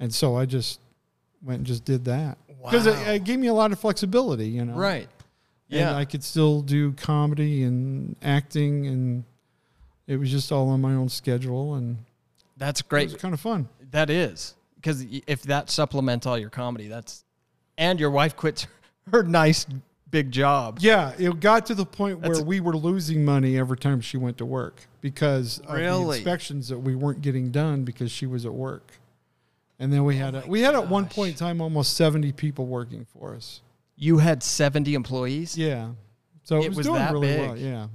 Speaker 4: And so I just went and just did that. Because
Speaker 2: Wow.
Speaker 4: it, it gave me a lot of flexibility, you know.
Speaker 2: Right.
Speaker 4: uh, And
Speaker 2: Yeah.
Speaker 4: I could still do comedy and acting, and it was just all on my own schedule. And
Speaker 2: that's
Speaker 4: it was
Speaker 2: great.
Speaker 4: kind of fun.
Speaker 2: That is. Because if that supplements all your comedy, that's. And your wife quits her nice big job.
Speaker 4: Yeah, it got to the point
Speaker 2: That's-
Speaker 4: where we were losing money every time she went to work because of the
Speaker 2: Really?
Speaker 4: inspections that we weren't getting done because she was at work. And then we had a, we had at one point in
Speaker 2: Oh
Speaker 4: time almost 70 people working for us.
Speaker 2: You had 70 employees?
Speaker 4: Yeah. So it,
Speaker 2: It
Speaker 4: was,
Speaker 2: was
Speaker 4: doing
Speaker 2: that
Speaker 4: really well.
Speaker 2: big.
Speaker 4: Yeah.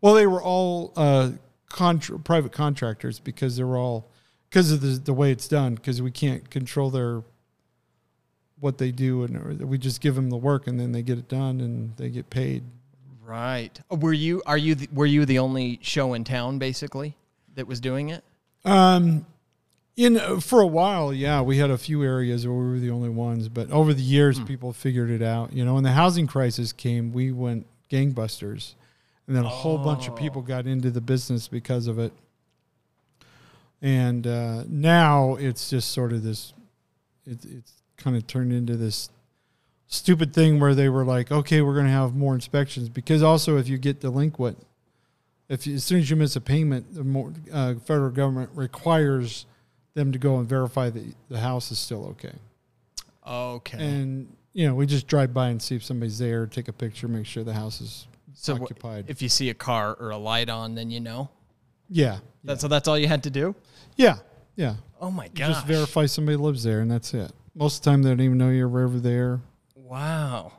Speaker 4: Well, they were all uh, contra- private contractors because they were all because of the, the way it's done because we can't control their what they do and or we just give them the work and then they get it done and they get paid.
Speaker 2: Right. Were you are you the, were you the only show in town basically that was doing it?
Speaker 4: Um, in for a while, yeah, we had a few areas where we were the only ones, but over the years, people figured it out. You know, when the housing crisis came, we went gangbusters, and then a whole bunch of people got into the business because of it. And uh, now it's just sort of this, it, it's kind of turned into this stupid thing where they were like, okay, we're going to have more inspections because also if you get delinquent, if you, as soon as you miss a payment, the more, uh, federal government requires them to go and verify that the house is still okay.
Speaker 2: Okay.
Speaker 4: And you know, we just drive by and see if somebody's there, take a picture, make sure the house is
Speaker 2: so wh-
Speaker 4: occupied.
Speaker 2: if you see a car or a light on, then you know.
Speaker 4: yeah,
Speaker 2: That, so that's all you had to do.
Speaker 4: yeah, yeah.
Speaker 2: Oh my
Speaker 4: You
Speaker 2: gosh!
Speaker 4: Just verify somebody lives there, and that's it. Most of the time, they don't even know you're ever there.
Speaker 2: Wow,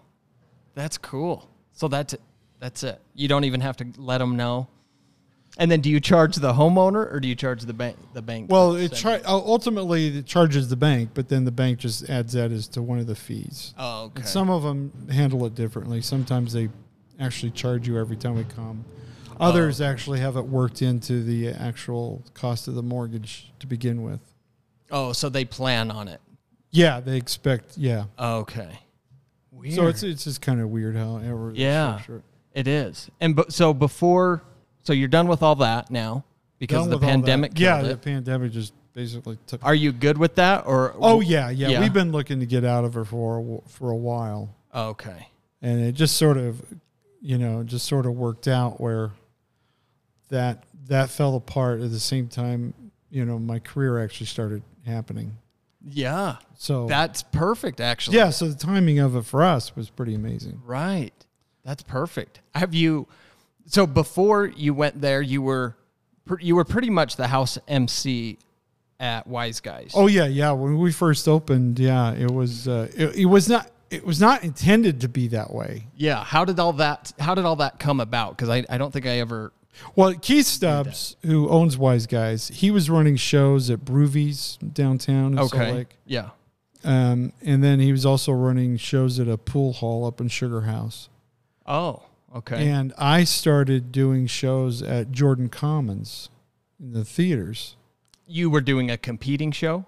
Speaker 2: that's cool. So that's it. that's it. You don't even have to let them know. And then, do you charge the homeowner or do you charge the bank? The bank.
Speaker 4: Well, it
Speaker 2: sending-
Speaker 4: char- uh, ultimately it charges the bank, but then the bank just adds that as to one of the fees.
Speaker 2: Oh, okay.
Speaker 4: And some of them handle it differently. Sometimes they actually charge you every time we come.
Speaker 2: Oh.
Speaker 4: Others actually have it worked into the actual cost of the mortgage to begin with.
Speaker 2: oh, so they plan on it.
Speaker 4: Yeah, they expect. Yeah,
Speaker 2: Okay. Weird.
Speaker 4: so it's it's just kind of weird how ever. they
Speaker 2: Yeah.
Speaker 4: structure it.
Speaker 2: It is. And bu- so before, so you're done with all that now because
Speaker 4: Done
Speaker 2: the
Speaker 4: with all that.
Speaker 2: pandemic.
Speaker 4: Yeah,
Speaker 2: killed
Speaker 4: the
Speaker 2: it.
Speaker 4: pandemic just basically took.
Speaker 2: Are you good with that or?
Speaker 4: oh yeah, yeah,
Speaker 2: Yeah.
Speaker 4: We've been looking to get out of her for a, wh- for a while.
Speaker 2: Okay.
Speaker 4: and it just sort of you know just sort of worked out where that that fell apart at the same time you know my career actually started happening
Speaker 2: Yeah.
Speaker 4: so
Speaker 2: That's perfect, actually.
Speaker 4: Oh. yeah so the timing of it for us was pretty amazing
Speaker 2: Right. That's perfect. Have you? So before you went there, you were pr- you were pretty much the house MC at Wise Guys.
Speaker 4: oh yeah yeah when we first opened yeah it was uh, it, it was not it was not intended to be that way
Speaker 2: yeah. How did all that? How did all that come about? Because I, I don't think I ever.
Speaker 4: Well, Keith Stubbs, who owns Wise Guys, he was running shows at Broovies downtown in Salt
Speaker 2: Okay.
Speaker 4: Lake.
Speaker 2: Yeah.
Speaker 4: Um, and then he was also running shows at a pool hall up in Sugar House.
Speaker 2: Oh. Okay.
Speaker 4: And I started doing shows at Jordan Commons in the theaters.
Speaker 2: you were doing a competing show.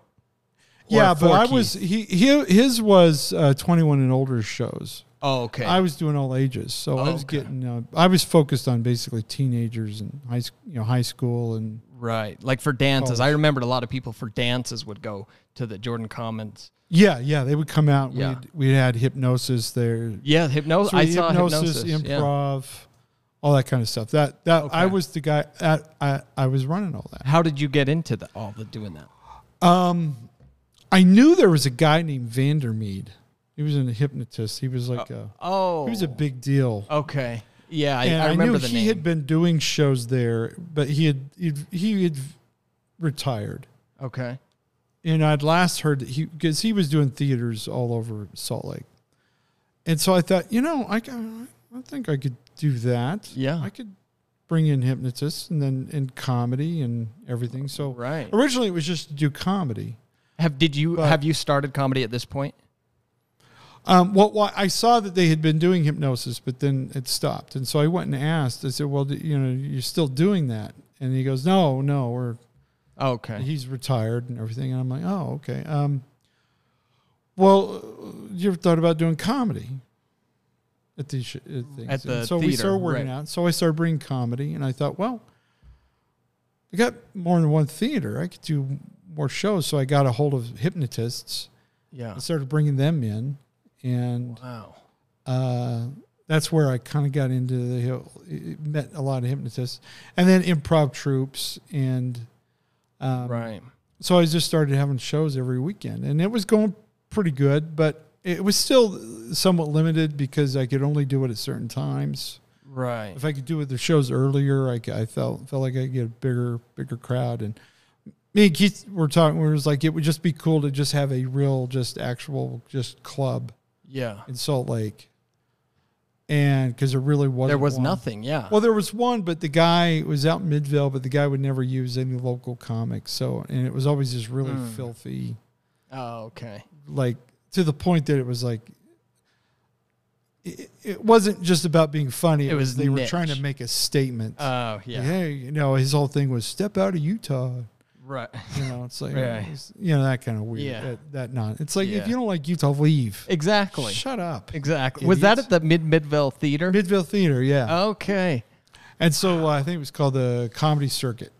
Speaker 2: Or
Speaker 4: yeah,
Speaker 2: for
Speaker 4: but I
Speaker 2: Keith?
Speaker 4: was he, he his was uh, 21 and older shows.
Speaker 2: Oh, okay.
Speaker 4: I was doing all ages, so I was
Speaker 2: Okay.
Speaker 4: getting uh, I was focused on basically teenagers and high sc- you know high school and
Speaker 2: right. Like for dances, I
Speaker 4: College.
Speaker 2: remembered a lot of people for dances would go to the Jordan Commons.
Speaker 4: yeah yeah they would come out.
Speaker 2: Yeah.
Speaker 4: We'd, we had hypnosis there.
Speaker 2: Yeah, hypnosis.
Speaker 4: So
Speaker 2: I
Speaker 4: we
Speaker 2: saw hypnosis.
Speaker 4: hypnosis,
Speaker 2: yeah.
Speaker 4: improv, all that kind of stuff. That that I
Speaker 2: Okay.
Speaker 4: was the guy. At, I I was running all that.
Speaker 2: How did you get into the, all the doing that?
Speaker 4: I knew there was a guy named Vandermeed. He was an hypnotist. He was like a
Speaker 2: Oh,
Speaker 4: he was a big deal.
Speaker 2: Okay. Yeah, I,
Speaker 4: and
Speaker 2: I remember
Speaker 4: knew
Speaker 2: the
Speaker 4: he
Speaker 2: name.
Speaker 4: had been doing shows there, but he had he'd, he had retired.
Speaker 2: okay.
Speaker 4: And I'd last heard that he because he was doing theaters all over Salt Lake, and so I thought, you know, I ca- I think I could do that.
Speaker 2: Yeah.
Speaker 4: I could bring in hypnotists and then in comedy and everything. So
Speaker 2: Right.
Speaker 4: originally it was just to do comedy.
Speaker 2: Have did you
Speaker 4: But-
Speaker 2: have you started comedy at this point?
Speaker 4: Um, well, why I saw that they had been doing hypnosis, but then it stopped, and so I went and asked. I said, "Well, do, you know, you're still doing that?" And he goes, "No, no, we're
Speaker 2: Oh, Okay.
Speaker 4: he's retired and everything." And I'm like, "Oh, okay. Um, well, uh, you ever thought about doing comedy at these sh- at things?"
Speaker 2: At the
Speaker 4: And so we
Speaker 2: theater,
Speaker 4: started working
Speaker 2: right.
Speaker 4: out. So I started bringing comedy, and I thought, well, I got more than one theater. I could do more shows. So I got a hold of hypnotists.
Speaker 2: yeah.
Speaker 4: I started bringing them in, and
Speaker 2: Wow.
Speaker 4: uh, that's where I kind of got into the hill- met a lot of hypnotists, and then improv troops, and um,
Speaker 2: Right.
Speaker 4: so I just started having shows every weekend, and it was going pretty good, but it was still somewhat limited because I could only do it at certain times.
Speaker 2: Right.
Speaker 4: If I could do it the shows earlier, I, c- I felt felt like I could get a bigger bigger crowd, and me and Keith were talking. We was like, it would just be cool to just have a real, just actual, just club
Speaker 2: Yeah.
Speaker 4: in Salt Lake, and because there really wasn't
Speaker 2: There was
Speaker 4: one.
Speaker 2: nothing. Yeah.
Speaker 4: Well, there was one, but the guy it was out in Midvale, but the guy would never use any local comics. So, and it was always just really
Speaker 2: Hmm.
Speaker 4: filthy,
Speaker 2: oh, okay.
Speaker 4: like to the point that it was like it, it wasn't just about being funny.
Speaker 2: It was
Speaker 4: they were
Speaker 2: niche.
Speaker 4: trying to make a statement.
Speaker 2: Oh, yeah.
Speaker 4: Hey, you know, his whole thing was step out of Utah.
Speaker 2: Right. *laughs*
Speaker 4: You know, it's like
Speaker 2: Right.
Speaker 4: it's- you know that kind of weird.
Speaker 2: Yeah.
Speaker 4: That, that non. It's like
Speaker 2: Yeah.
Speaker 4: if you don't like Utah, leave.
Speaker 2: Exactly.
Speaker 4: Shut up.
Speaker 2: Exactly. Was that
Speaker 4: Idiots.
Speaker 2: at the Mid Midvale Theater?
Speaker 4: Midville Theater? Yeah.
Speaker 2: okay.
Speaker 4: and so uh, I think it was called the Comedy Circuit.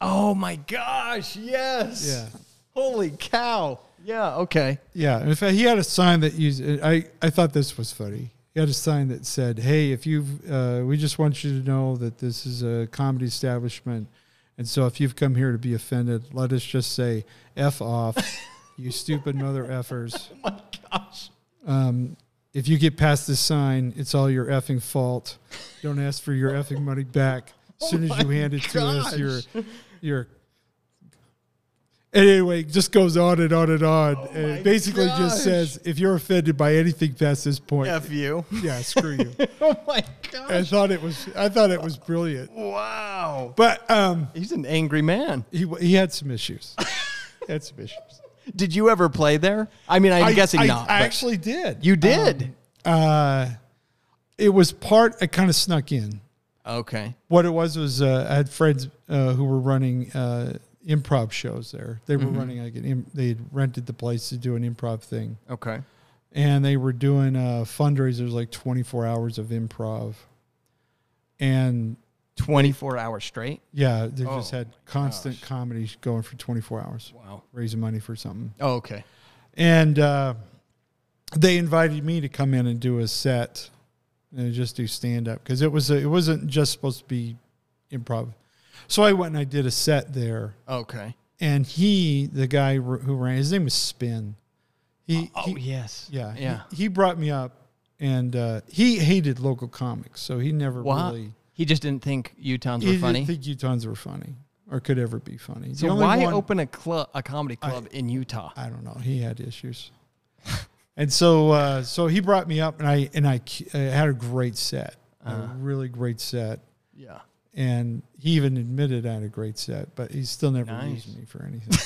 Speaker 2: Oh my gosh! Yes.
Speaker 4: Yeah.
Speaker 2: Holy cow! Yeah. Okay.
Speaker 4: Yeah. In fact, he had a sign that used. I I thought this was funny. He had a sign that said, "Hey, if you've, uh, we just want you to know that this is a comedy establishment, and so if you've come here to be offended, let us just say
Speaker 2: *laughs*
Speaker 4: f off, you stupid mother effers. Um,
Speaker 2: Oh my gosh.
Speaker 4: If you get past this sign, it's all your effing fault. Don't ask for your effing money back.
Speaker 2: *laughs* Oh
Speaker 4: As soon as you hand it to us, you're, you're." And anyway, it just goes on and on and on. and
Speaker 2: Oh my
Speaker 4: it basically
Speaker 2: gosh.
Speaker 4: just says, if you're offended by anything past this point,
Speaker 2: F you.
Speaker 4: yeah, screw you.
Speaker 2: *laughs* Oh my gosh.
Speaker 4: I thought it was, I thought it was brilliant.
Speaker 2: wow.
Speaker 4: But um,
Speaker 2: He's an angry man.
Speaker 4: he he had some issues. he had some issues.
Speaker 2: *laughs* Did you ever play there? I mean, I'm guessing
Speaker 4: I,
Speaker 2: not.
Speaker 4: I
Speaker 2: but
Speaker 4: actually um, did.
Speaker 2: you did.
Speaker 4: uh, it was part. I kind of snuck in.
Speaker 2: okay.
Speaker 4: what it was was uh, I had friends uh, who were running uh, improv shows there. They were
Speaker 2: Mm-hmm.
Speaker 4: running like an im- they had rented the place to do an improv thing,
Speaker 2: Okay.
Speaker 4: and they were doing uh, fundraisers like twenty four hours of improv, and
Speaker 2: 24 hours straight.
Speaker 4: yeah, they just
Speaker 2: Oh,
Speaker 4: had constant comedy going for twenty four hours,
Speaker 2: Wow.
Speaker 4: raising money for something,
Speaker 2: Oh, okay.
Speaker 4: and uh, they invited me to come in and do a set and just do stand up because it was a, it wasn't just supposed to be improv. So I went and I did a set there,
Speaker 2: Okay.
Speaker 4: and he, the guy r- who ran, his name was Spin. He,
Speaker 2: Oh
Speaker 4: he-
Speaker 2: yes.
Speaker 4: yeah, he-
Speaker 2: Yeah.
Speaker 4: He, brought me up, and uh, he hated local comics, so he never
Speaker 2: wow.
Speaker 4: really
Speaker 2: He just didn't think Utahns
Speaker 4: he
Speaker 2: were
Speaker 4: didn't
Speaker 2: funny.
Speaker 4: think Utahns were funny or could ever be funny. The
Speaker 2: so
Speaker 4: only
Speaker 2: why
Speaker 4: one-
Speaker 2: open a club, a comedy club in Utah?
Speaker 4: I don't know. He had issues. and so uh, so he brought me up and I and I, I had a great set.
Speaker 2: Uh-huh.
Speaker 4: A really great set.
Speaker 2: yeah.
Speaker 4: And he even admitted I had a great set, but he still never
Speaker 2: Nice.
Speaker 4: used me for anything.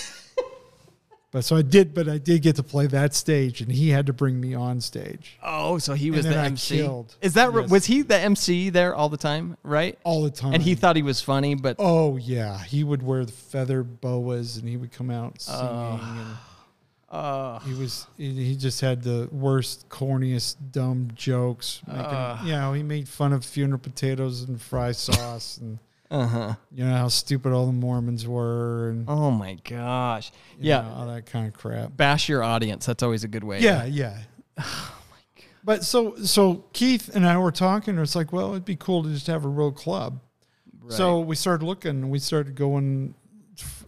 Speaker 4: but so I did but I did get to play that stage and he had to bring me on stage
Speaker 2: Oh, so he was
Speaker 4: then
Speaker 2: the
Speaker 4: I
Speaker 2: MC.
Speaker 4: killed.
Speaker 2: Is that re-
Speaker 4: Yes.
Speaker 2: was he the MC there all the time? Right.
Speaker 4: all the time.
Speaker 2: And he thought he was funny, but
Speaker 4: Oh yeah, he would wear the feather boas and he would come out singing. and he was he he just had the worst, corniest, dumb jokes. Making, you know, he made fun of funeral potatoes and fry sauce, and you know how stupid all the Mormons were, and
Speaker 2: Uh-huh. oh my gosh.
Speaker 4: you
Speaker 2: Yeah.
Speaker 4: know, all that kind of crap.
Speaker 2: Bash your audience. That's always a good way.
Speaker 4: Yeah, yeah. But so so Keith and I were talking. and It's like, well, it'd be cool to just have a real club. So we started looking. We started going,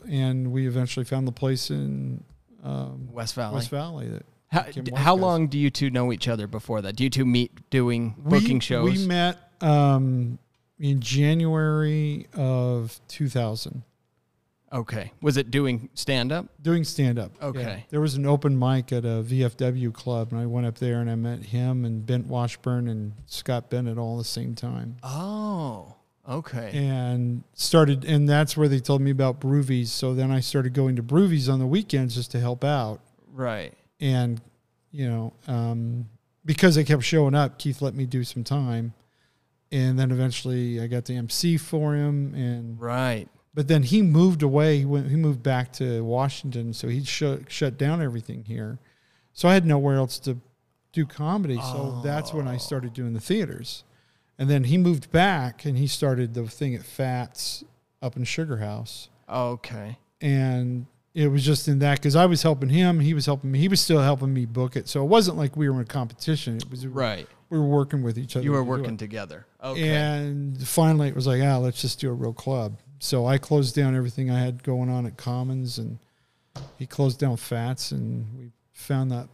Speaker 4: and we eventually found the place in um,
Speaker 2: West Valley.
Speaker 4: West Valley. That
Speaker 2: How,
Speaker 4: Kim
Speaker 2: d-
Speaker 4: White
Speaker 2: how
Speaker 4: does.
Speaker 2: long do you two know each other before that? Do you two meet doing
Speaker 4: We-
Speaker 2: booking shows?
Speaker 4: We met um, in January of 2000
Speaker 2: okay. Was it doing stand up?
Speaker 4: doing stand up.
Speaker 2: Okay.
Speaker 4: There was an open mic at a VFW club, and I went up there and I met him and Bent Washburn and Scott Bennett all at the same time.
Speaker 2: Oh, okay.
Speaker 4: and started and that's where they told me about Broovies. So then I started going to Broovies on the weekends just to help out.
Speaker 2: right.
Speaker 4: And, you know, um, because they kept showing up, Keith let me do some time. And then eventually I got the MC for him and
Speaker 2: Right.
Speaker 4: but then he moved away. He went. He moved back to Washington, so he shut shut down everything here. So I had nowhere else to do comedy. So that's when I started doing the theaters. And then he moved back, and he started the thing at Fats up in Sugar House,
Speaker 2: Okay.
Speaker 4: and it was just in that because I was helping him, he was helping me, he was still helping me book it. So it wasn't like we were in a competition. It was
Speaker 2: Right.
Speaker 4: We were working with each other.
Speaker 2: You
Speaker 4: to
Speaker 2: were
Speaker 4: do it.
Speaker 2: working together. Okay.
Speaker 4: And finally, it was like, ah, let's just do a real club. So I closed down everything I had going on at Commons, and he closed down Fats, and we found that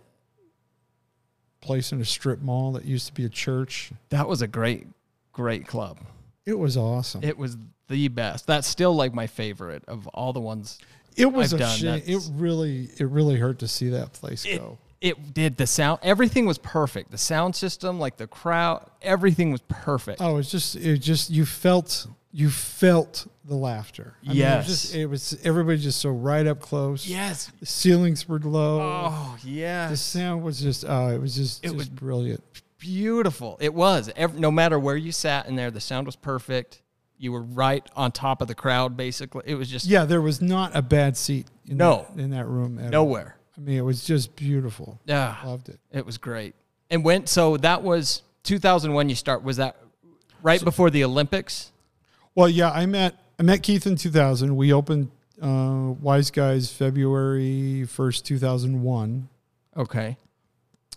Speaker 4: place in a strip mall that used to be a church.
Speaker 2: That was a great, great club.
Speaker 4: It was awesome. It,
Speaker 2: It was the best. That's still like my favorite of all the ones.
Speaker 4: was
Speaker 2: I've
Speaker 4: a
Speaker 2: done,
Speaker 4: shame. It
Speaker 2: that's-
Speaker 4: really, it really hurt to see that place
Speaker 2: It,
Speaker 4: go.
Speaker 2: it did the sound. Everything was perfect. The sound system, like the crowd, everything was perfect.
Speaker 4: Oh, it's just, it just, you felt, you felt the laughter. I mean, it was
Speaker 2: Yes.
Speaker 4: just, it was everybody just so right up close.
Speaker 2: yes.
Speaker 4: The ceilings were low.
Speaker 2: Oh yes.
Speaker 4: The sound was just oh, it was just
Speaker 2: It
Speaker 4: it
Speaker 2: was-
Speaker 4: was brilliant.
Speaker 2: beautiful. It was. Ev no matter where you sat in there, the sound was perfect. you were right on top of the crowd. Basically, it was just
Speaker 4: Yeah, there was not a bad seat in,
Speaker 2: No.
Speaker 4: that, in that room. At all.
Speaker 2: nowhere.
Speaker 4: I mean, it was just beautiful.
Speaker 2: Yeah,
Speaker 4: Loved it.
Speaker 2: it was great. And when so that was 2001. You start was that right before the Olympics?
Speaker 4: Well, yeah, I met I met Keith in 2000. We opened uh, Wise Guys February 1st, 2001.
Speaker 2: Okay.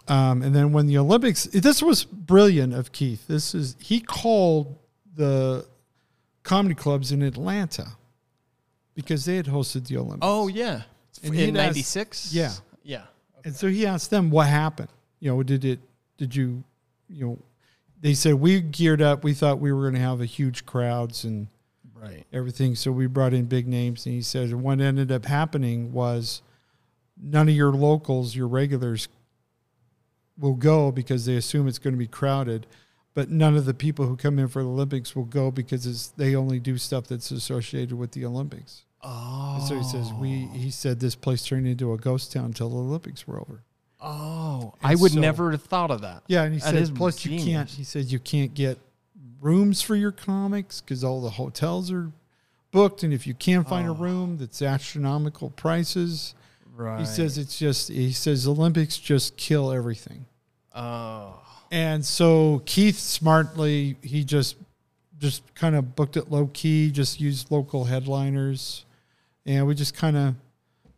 Speaker 4: Um, and then when the Olympics, this was brilliant of Keith. This is he called the comedy clubs in Atlanta because they had hosted the Olympics.
Speaker 2: Oh yeah,
Speaker 4: And he'd
Speaker 2: in
Speaker 4: ask-
Speaker 2: '96.
Speaker 4: Yeah.
Speaker 2: yeah.
Speaker 4: And so he asked them what happened. You know, did it, did you, you know, they said we geared up. We thought we were going to have a huge crowds and
Speaker 2: Right.
Speaker 4: everything. So we brought in big names. And he said what ended up happening was none of your locals, your regulars, will go because they assume it's going to be crowded. But none of the people who come in for the Olympics will go because it's, they only do stuff that's associated with the Olympics.
Speaker 2: Oh.
Speaker 4: And so he says we. He said this place turned into a ghost town until the Olympics were over.
Speaker 2: Oh, I would
Speaker 4: so-
Speaker 2: never have thought of that.
Speaker 4: Yeah, and he
Speaker 2: That is
Speaker 4: said plus you can't.
Speaker 2: genius.
Speaker 4: He said you can't get rooms for your comics because all the hotels are booked, and if you can't find
Speaker 2: Ah.
Speaker 4: a room, that's astronomical prices.
Speaker 2: Right.
Speaker 4: He says it's just. He says Olympics just kill everything,
Speaker 2: Oh.
Speaker 4: and so Keith smartly he just just kind of booked it low key, just used local headliners, and we just kind of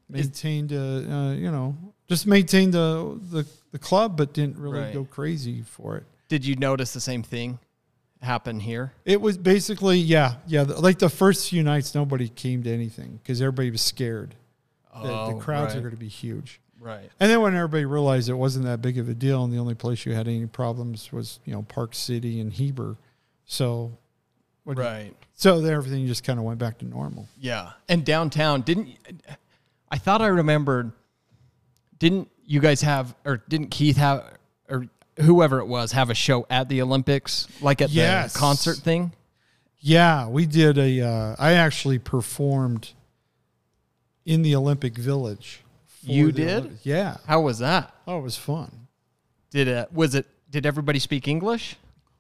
Speaker 4: maintained a uh, you know just maintained the the the club, but didn't really
Speaker 2: Right.
Speaker 4: go crazy for it.
Speaker 2: Did you notice the same thing happen here?
Speaker 4: It was basically, yeah, yeah. the- Like the first few nights, nobody came to anything because everybody was scared. that the
Speaker 2: Oh,
Speaker 4: crowds are
Speaker 2: right.
Speaker 4: going to be huge.
Speaker 2: Right.
Speaker 4: And then when everybody realized it wasn't that big of a deal, and the only place you had any problems was, you know, Park City and Heber, so what do you-
Speaker 2: Right.
Speaker 4: so then everything just kind of went back to normal.
Speaker 2: Yeah. And downtown didn't I thought I remembered didn't you guys have or didn't Keith have or whoever it was have a show at the Olympics like at
Speaker 4: Yes.
Speaker 2: the concert thing?
Speaker 4: Yeah, we did a. Uh, I actually performed in the Olympic Village. for
Speaker 2: You
Speaker 4: the
Speaker 2: did?
Speaker 4: Olympics. Yeah.
Speaker 2: How was that?
Speaker 4: Oh, it was fun.
Speaker 2: Did it was it did everybody speak English?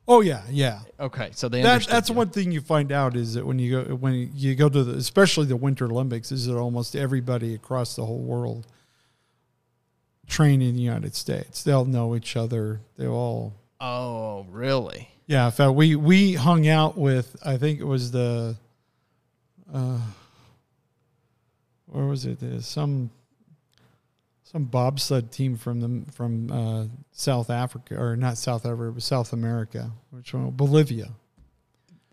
Speaker 4: Oh yeah, yeah.
Speaker 2: Okay, so they
Speaker 4: That,
Speaker 2: understood
Speaker 4: that's
Speaker 2: you.
Speaker 4: one thing you find out is that when you go when you go to the especially the Winter Olympics is that almost everybody across the whole world train in the United States. They'll know each other. They all
Speaker 2: Oh, really?
Speaker 4: yeah. In fact, we we hung out with I think it was the uh, where was it? There's some some bobsled team from the from uh, South Africa or not South Africa, it was South America, which one? Bolivia.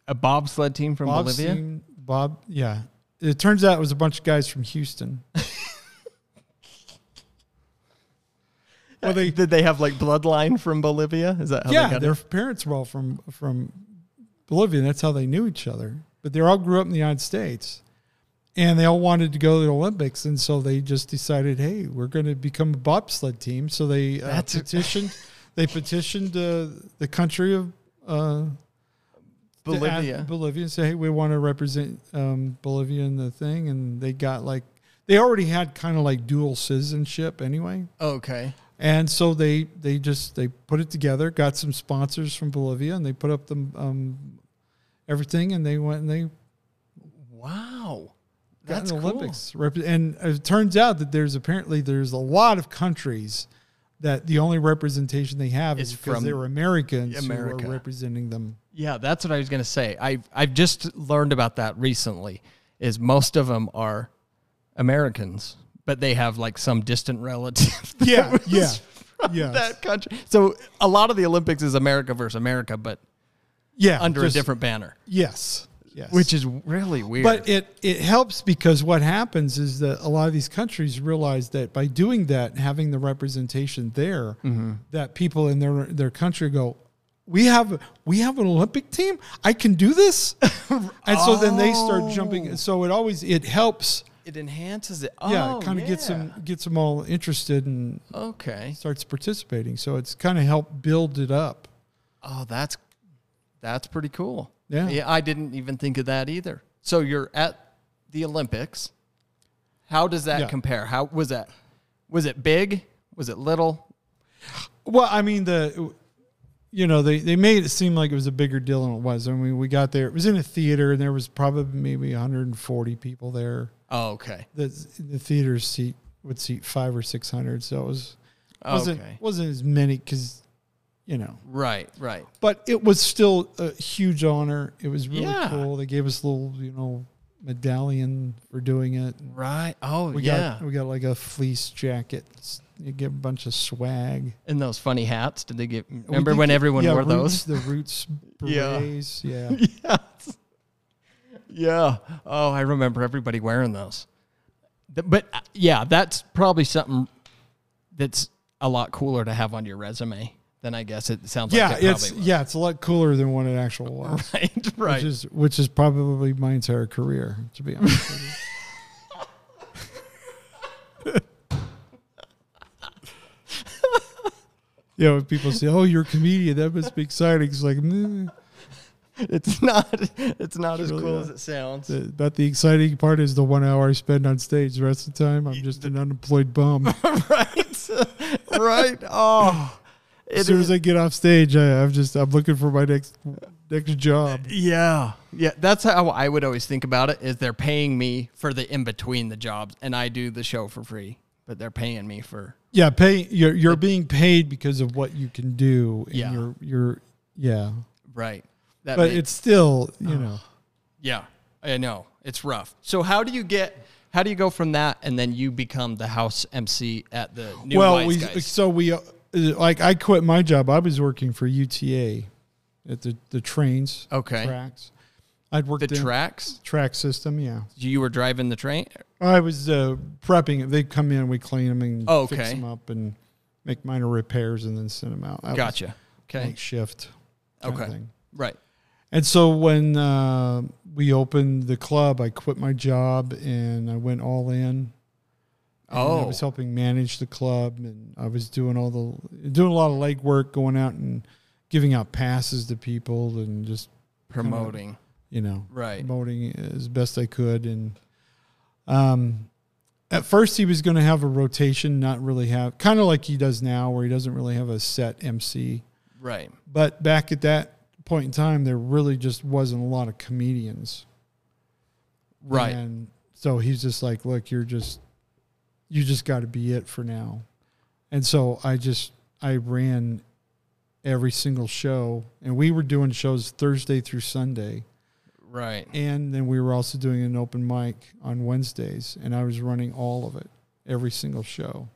Speaker 2: A bobsled team from
Speaker 4: Bob
Speaker 2: Bolivia?
Speaker 4: seen- Bob, yeah. It turns out it was a bunch of guys
Speaker 2: *laughs*
Speaker 4: from Houston.
Speaker 2: Well, they did they have like bloodline from Bolivia? Is that how they
Speaker 4: yeah,
Speaker 2: got
Speaker 4: their
Speaker 2: it?
Speaker 4: parents were all from from Bolivia. and That's how they knew each other. But they all grew up in the United States, and they all wanted to go to the Olympics, and so they just decided, hey, we're going to become a bobsled team. So they uh,
Speaker 2: That's-
Speaker 4: petitioned. they petitioned uh, the country of uh, to ask
Speaker 2: Bolivia?
Speaker 4: Bolivia and say, hey, we want to represent um, Bolivia in the thing. And they got like, they already had kind of like dual citizenship anyway.
Speaker 2: Okay.
Speaker 4: And so they, they just, they put it together, got some sponsors from Bolivia and they put up the, um, everything and they went and they
Speaker 2: Wow.
Speaker 4: got in
Speaker 2: That's
Speaker 4: the
Speaker 2: cool.
Speaker 4: Olympics. Rep- And it turns out that there's apparently, there's a lot of countries that the only representation they have is
Speaker 2: Is
Speaker 4: because
Speaker 2: from
Speaker 4: they were Americans who
Speaker 2: America.
Speaker 4: were representing them.
Speaker 2: Yeah, that's what I was going to say. I I've just learned about that recently. Is most of them are Americans, but they have like some distant relative. *laughs* that
Speaker 4: Yeah,
Speaker 2: was
Speaker 4: yeah, yes.
Speaker 2: That country. So a lot of the Olympics is America versus America, but
Speaker 4: yeah,
Speaker 2: under
Speaker 4: just-
Speaker 2: a different banner,
Speaker 4: Yes. Yes.
Speaker 2: which is really weird.
Speaker 4: but it it helps because what happens is that a lot of these countries realize that by doing that, having the representation there,
Speaker 2: Mm-hmm.
Speaker 4: that people in their their country go, we have we have an Olympic team. I can do this, *laughs* and so then they start jumping.
Speaker 2: Oh.
Speaker 4: And So it always it helps.
Speaker 2: it enhances it.
Speaker 4: Yeah,
Speaker 2: Oh,
Speaker 4: it kind of gets
Speaker 2: yeah.
Speaker 4: them gets them all interested and
Speaker 2: Okay.
Speaker 4: starts participating. So it's kind of helped build it up.
Speaker 2: Oh, that's that's pretty cool.
Speaker 4: Yeah.
Speaker 2: Yeah, I didn't even think of that either. So you're at the Olympics. How does that
Speaker 4: Yeah.
Speaker 2: compare? How was that? Was it big? Was it little?
Speaker 4: Well, I mean the you know, they, they made it seem like it was a bigger deal than it was. I mean, we got there, it was in a theater, and there was probably maybe 140 people there.
Speaker 2: Oh, okay.
Speaker 4: The, the theater seat would seat five or 600. So it was, wasn't,
Speaker 2: Oh, Okay.
Speaker 4: wasn't as many because, you know,
Speaker 2: Right, right.
Speaker 4: but it was still a huge honor. It was really
Speaker 2: Yeah.
Speaker 4: cool. They gave us a little, you know, medallion for doing it.
Speaker 2: Right. Oh,
Speaker 4: We
Speaker 2: yeah.
Speaker 4: got we got like a fleece jacket. S- You get a bunch of swag.
Speaker 2: and those funny hats. Did they get?
Speaker 4: We
Speaker 2: Remember
Speaker 4: did
Speaker 2: when
Speaker 4: get-
Speaker 2: everyone
Speaker 4: yeah,
Speaker 2: wore
Speaker 4: Roots-
Speaker 2: those?
Speaker 4: The roots
Speaker 2: Yeah.
Speaker 4: berets. *laughs* Yeah.
Speaker 2: *laughs* yes. Yeah. Oh, I remember everybody wearing those. Th- But uh, yeah, that's probably something that's a lot cooler to have on your resume than I guess it sounds
Speaker 4: *laughs* Yeah,
Speaker 2: like. it
Speaker 4: it's
Speaker 2: probably
Speaker 4: yeah, it's a lot cooler than what it actually was. *laughs*
Speaker 2: was. right, *laughs* right.
Speaker 4: Which is which is probably my entire career, to be honest with you. *laughs* Yeah, when people say, "Oh, you're a comedian," that must be exciting. It's like meh.
Speaker 2: it's not. It's not as
Speaker 4: really
Speaker 2: cool
Speaker 4: not.
Speaker 2: as it sounds.
Speaker 4: The- about the exciting part is the one hour I spend on stage. The rest of the time, I'm just an unemployed
Speaker 2: *laughs*
Speaker 4: bum. *laughs*
Speaker 2: right, *laughs* right.
Speaker 4: *gasps*
Speaker 2: Oh,
Speaker 4: as
Speaker 2: it
Speaker 4: soon
Speaker 2: is.
Speaker 4: as I get off stage, I, I'm just I'm looking for my next next job.
Speaker 2: Yeah. Yeah. That's how I would always think about it is they're paying me for the in between the jobs and I do the show for free, but they're paying me for
Speaker 4: Yeah, pay you're you're being paid because of what you can do. And
Speaker 2: Yeah.
Speaker 4: you're you're yeah,
Speaker 2: right. That Oh.
Speaker 4: but
Speaker 2: ma-
Speaker 4: it's still you know
Speaker 2: yeah. I know. It's rough. So how do you get how do you go from that and then you become the house MC at the new
Speaker 4: well
Speaker 2: Wise
Speaker 4: we
Speaker 2: Guys?
Speaker 4: so we uh, like I quit my job. I was working for UTA at the the trains
Speaker 2: Okay.
Speaker 4: tracks. I'd worked
Speaker 2: the
Speaker 4: in
Speaker 2: tracks?
Speaker 4: track system. Yeah,
Speaker 2: You were driving the train?
Speaker 4: I was uh, prepping. They come in, we clean them and
Speaker 2: Oh,
Speaker 4: fix
Speaker 2: okay.
Speaker 4: them up and make minor repairs and then send them out. That was
Speaker 2: Gotcha. Okay.
Speaker 4: night shift. kind of
Speaker 2: Okay.
Speaker 4: thing.
Speaker 2: Right.
Speaker 4: And so when uh, we opened the club, I quit my job and I went all in. And I
Speaker 2: Oh.
Speaker 4: was helping manage the club, and I was doing all the doing a lot of legwork, going out and giving out passes to people, and just
Speaker 2: Promoting.
Speaker 4: you know,
Speaker 2: Right.
Speaker 4: promoting as best I could. And um, at first, he was going to have a rotation, not really have kind of like he does now, where he doesn't really have a set MC.
Speaker 2: Right.
Speaker 4: But back at that point in time, there really just wasn't a lot of comedians.
Speaker 2: Right.
Speaker 4: And so he's just like, look, you're just, you just got to be it for now. And so I just, I ran every single show. And we were doing shows Thursday through Sunday.
Speaker 2: Right.
Speaker 4: And then we were also doing an open mic on Wednesdays. And I was running all of it, every single show.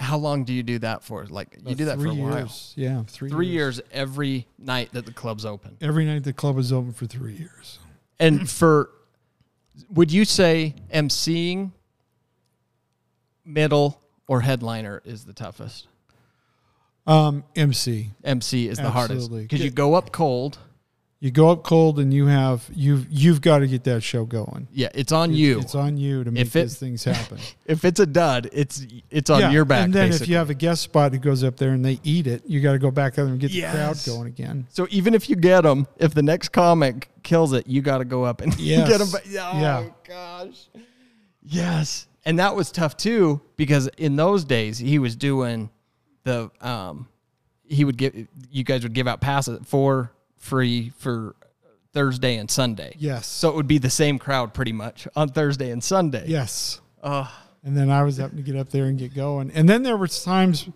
Speaker 2: How long do you do that for? Like you do that for a
Speaker 4: Three
Speaker 2: while.
Speaker 4: years. Yeah. Three,
Speaker 2: Three years every night that the club's open.
Speaker 4: Every night the club was open for three years.
Speaker 2: and for would you say emceeing middle or headliner is the toughest
Speaker 4: Um, MC.
Speaker 2: mc is the
Speaker 4: Absolutely.
Speaker 2: hardest because you go up cold
Speaker 4: You go up cold, and you have you've you've got to get that show going.
Speaker 2: yeah it's on you
Speaker 4: It's on you to make
Speaker 2: it-
Speaker 4: these things happen.
Speaker 2: if it's a dud it's it's *laughs* on your back
Speaker 4: And then if
Speaker 2: basically.
Speaker 4: you have a guest spot who goes up there and they eat it, you got to go back up there and get the crowd
Speaker 2: Yes.
Speaker 4: going again.
Speaker 2: so even if you get them if the next comic kills it you got to go up and *laughs*
Speaker 4: Yes.
Speaker 2: get them oh
Speaker 4: Yeah.
Speaker 2: gosh yes and that was tough too because in those days he was doing the um he would give you guys would give out passes for free for Thursday and Sunday.
Speaker 4: Yes.
Speaker 2: So it would be the same crowd pretty much on Thursday and Sunday.
Speaker 4: Yes. and then I was having to get up there and get going. And then there was times,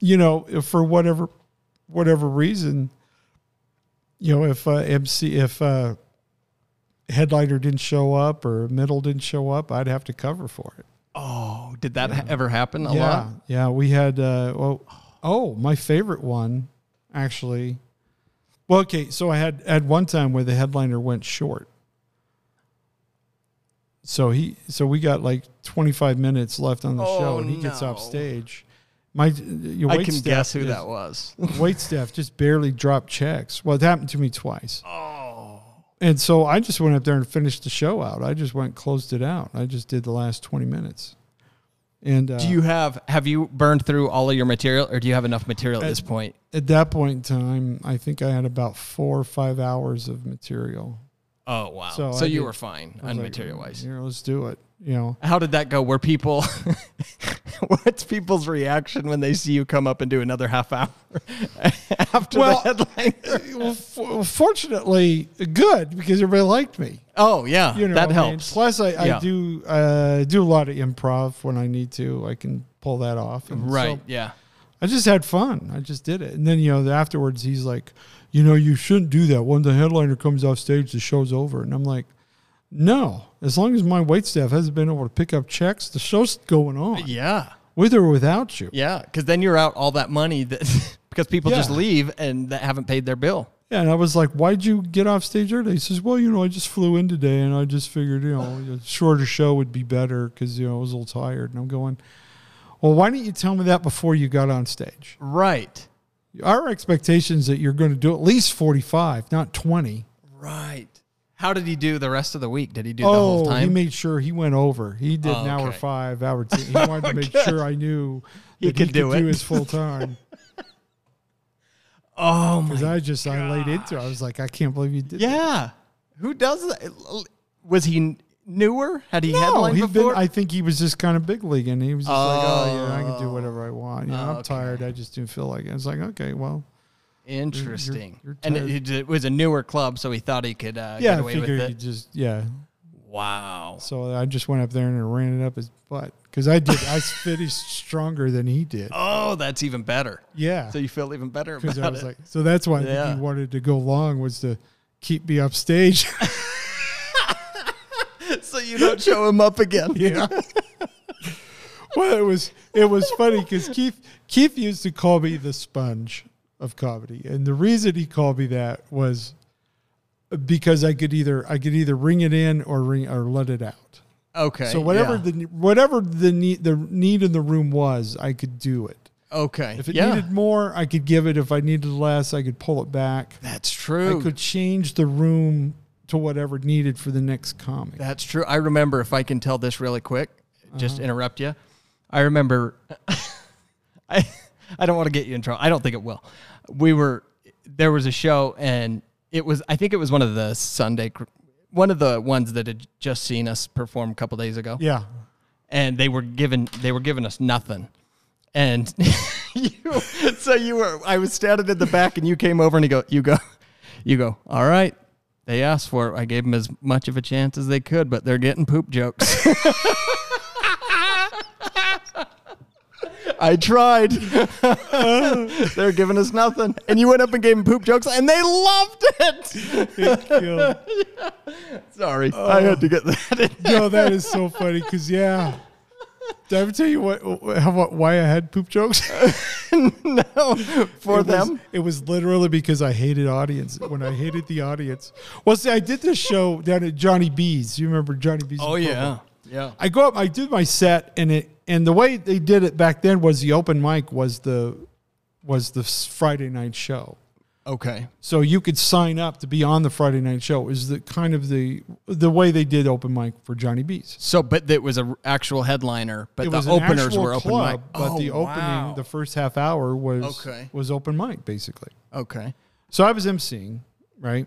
Speaker 4: you know, if for whatever whatever reason, you know, if uh, MC if uh, headliner didn't show up or middle didn't show up, I'd have to cover for it.
Speaker 2: Oh, did that ha- ever happen a
Speaker 4: yeah,
Speaker 2: lot?
Speaker 4: yeah. We had uh, well, oh, my favorite one actually. Well, okay, so I had at one time where the headliner went short. So he, so we got like 25 minutes left on the
Speaker 2: Oh,
Speaker 4: show, and he gets off
Speaker 2: no.
Speaker 4: stage. My, uh, your
Speaker 2: I
Speaker 4: wait
Speaker 2: can
Speaker 4: staff
Speaker 2: guess who
Speaker 4: is-
Speaker 2: that was.
Speaker 4: *laughs* wait staff just barely dropped checks. Well, it happened to me twice. Oh. And so I just went up there and finished the show out. I just went and closed it out. I just did the last 20 minutes. And uh,
Speaker 2: do you have have you burned through all of your material or do you have enough material at this point?
Speaker 4: at that point in time, I think I had about four or five hours of material.
Speaker 2: Oh wow.
Speaker 4: So
Speaker 2: So,
Speaker 4: I
Speaker 2: you
Speaker 4: did-
Speaker 2: were fine
Speaker 4: I was
Speaker 2: on
Speaker 4: like,
Speaker 2: material wise.
Speaker 4: Here, let's do it. You know,
Speaker 2: How did that go? Were people *laughs* what's people's reaction when they see you come up and do another half hour *laughs* after
Speaker 4: Well,
Speaker 2: the
Speaker 4: *laughs*
Speaker 2: headline?
Speaker 4: well, for, fortunately, good because everybody liked me.
Speaker 2: Oh yeah,
Speaker 4: You know,
Speaker 2: that
Speaker 4: I mean,
Speaker 2: helps.
Speaker 4: plus, I,
Speaker 2: Yeah.
Speaker 4: I do uh, do a lot of improv when I need to. I can pull that off. And so
Speaker 2: right? yeah.
Speaker 4: I just had fun. I just did it. And then you know, afterwards, he's like, you know, you shouldn't do that. When the headliner comes off stage, the show's over. And I'm like, no. As long as my wait staff hasn't been able to pick up checks, the show's going on,
Speaker 2: Yeah.
Speaker 4: with or without you.
Speaker 2: Yeah, because then you're out all that money *laughs* that because people just
Speaker 4: Yeah.
Speaker 2: leave and that haven't paid their bill.
Speaker 4: Yeah, and I was like, "Why'd you get off stage early?" He says, "Well, you know, I just flew in today, and I just figured, you know, a shorter show would be better because you know I was a little tired." And I'm going, "Well, why didn't you tell me that before you got on stage?
Speaker 2: Right.
Speaker 4: Our expectations that you're going to do at least 45, not 20."
Speaker 2: Right. How did he do the rest of the week? Did he do the
Speaker 4: Oh,
Speaker 2: whole time?
Speaker 4: he made sure he went over. He did
Speaker 2: Oh,
Speaker 4: an hour
Speaker 2: okay. *laughs*
Speaker 4: five, hour two. He wanted to make sure I knew
Speaker 2: He
Speaker 4: that
Speaker 2: could do it.
Speaker 4: his full time.
Speaker 2: *laughs* oh my.
Speaker 4: Because I just I laid into. it. I was like, I can't believe you did. that."
Speaker 2: Yeah. Who does that? Was he newer? Had he
Speaker 4: No,
Speaker 2: headlined
Speaker 4: he'd been,
Speaker 2: before?
Speaker 4: I think he was just kind of big league, and he was just like, "Oh yeah, I can do whatever I want. You know, I'm
Speaker 2: Oh, Okay.
Speaker 4: tired. I just didn't feel like it." I was like, "Okay, well, Mm,
Speaker 2: Interesting.
Speaker 4: you're
Speaker 2: and
Speaker 4: tired.
Speaker 2: it, it was a newer club, so he thought he could uh,
Speaker 4: yeah,
Speaker 2: get
Speaker 4: I
Speaker 2: away with
Speaker 4: figured you
Speaker 2: it.
Speaker 4: just yeah."
Speaker 2: Wow.
Speaker 4: So I just went up there and ran it up his butt because I did.
Speaker 2: *laughs*
Speaker 4: I finished stronger than he did.
Speaker 2: Oh, that's even better.
Speaker 4: Yeah, *laughs*
Speaker 2: So you feel even better about
Speaker 4: because I was
Speaker 2: it.
Speaker 4: like, so that's why I think
Speaker 2: Yeah.
Speaker 4: he wanted to go long was to keep me up *laughs* stage.
Speaker 2: so you don't show him up again.
Speaker 4: *laughs* Yeah. well, it was it was funny because Keith Keith used to call me the sponge of comedy, and the reason he called me that was because I could either I could either ring it in or ring or let it out.
Speaker 2: Okay.
Speaker 4: So whatever
Speaker 2: yeah.
Speaker 4: the whatever the need the need in the room was, I could do it.
Speaker 2: okay.
Speaker 4: If it
Speaker 2: yeah.
Speaker 4: needed more, I could give it. If I needed less, I could pull it back.
Speaker 2: that's
Speaker 4: I
Speaker 2: true.
Speaker 4: could change the room to whatever needed for the next comic.
Speaker 2: That's true. I remember if I can tell this really quick, just interrupt you. I remember *laughs* I I don't want to get you in trouble. I don't think it will. We were there was a show and it was I think it was one of the Sunday cr- one of the ones that had just seen us perform a couple days ago *laughs*
Speaker 4: Yeah.
Speaker 2: and they were giving they were giving us nothing. And *laughs* you, so you were I was standing in the back and you came over and you go you go you go, All right. They asked for it. I gave them as much of a chance as they could, but they're getting poop jokes. *laughs* I tried. *laughs* they're giving us nothing. And you went up and gave them poop jokes and they loved it. *laughs*
Speaker 4: Yeah.
Speaker 2: Sorry. I had to get that in. *laughs*
Speaker 4: *laughs* Yo, Oh, that is so funny because yeah. Did I ever tell you what, how, what why I had
Speaker 2: *laughs*
Speaker 4: poop jokes
Speaker 2: no, Uh, for
Speaker 4: It was-
Speaker 2: them.
Speaker 4: It was literally because I hated audience. When I hated the audience, well, see, I did this show down at Johnny B's. You remember Johnny B's? in Provo.
Speaker 2: Oh, Yeah.
Speaker 4: I go up, I do my set, and it and the way they did it back then was the open mic was the was the s- Friday night show.
Speaker 2: Okay.
Speaker 4: So you could sign up to be on the Friday night show. Is the kind of the the way they did open mic for Johnny B's.
Speaker 2: So, but it was an actual headliner, but
Speaker 4: it
Speaker 2: the
Speaker 4: was an
Speaker 2: openers
Speaker 4: actual
Speaker 2: were open
Speaker 4: club,
Speaker 2: mic.
Speaker 4: but
Speaker 2: Oh,
Speaker 4: the opening,
Speaker 2: wow.
Speaker 4: the first half hour was
Speaker 2: Okay.
Speaker 4: was open mic basically.
Speaker 2: okay,
Speaker 4: So I was emceeing, right?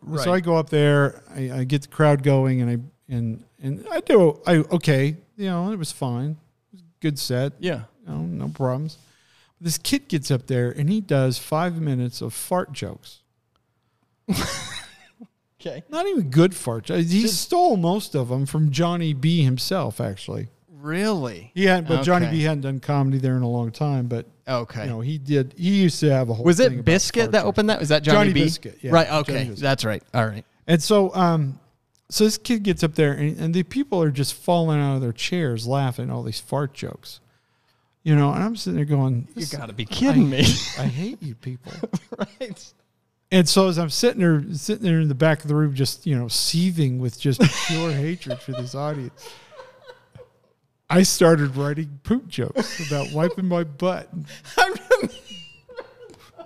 Speaker 2: right.
Speaker 4: So I go up there, I, I get the crowd going, and I and and I do I okay, you know, it was fine, It was a good set,
Speaker 2: yeah.
Speaker 4: you know, no problems. This kid gets up there and he does five minutes of fart jokes.
Speaker 2: Okay.
Speaker 4: Not even good fart jokes. He stole most of them from Johnny B himself, actually.
Speaker 2: Really?
Speaker 4: He hadn't, but Johnny
Speaker 2: Okay.
Speaker 4: B hadn't done comedy there in a long time. But
Speaker 2: Okay.
Speaker 4: you know, he did. He used to have a whole.
Speaker 2: was
Speaker 4: thing
Speaker 2: it
Speaker 4: about
Speaker 2: Biscuit
Speaker 4: fart
Speaker 2: that
Speaker 4: jokes.
Speaker 2: opened that? Was that Johnny,
Speaker 4: Johnny
Speaker 2: B?
Speaker 4: Biscuit, yeah,
Speaker 2: Right.
Speaker 4: Johnny
Speaker 2: Okay.
Speaker 4: Biscuit.
Speaker 2: That's right. All right.
Speaker 4: And so, um, so this kid gets up there, and, and the people are just falling out of their chairs laughing at all these fart jokes. You know, and I'm sitting there going,
Speaker 2: You *laughs*
Speaker 4: "This-
Speaker 2: got to be kidding me.
Speaker 4: I hate you people."
Speaker 2: right.
Speaker 4: And so as I'm sitting there, sitting there in the back of the room, just you know, seething with just
Speaker 2: *laughs*
Speaker 4: pure hatred for this audience, I started writing poop jokes about wiping my butt, and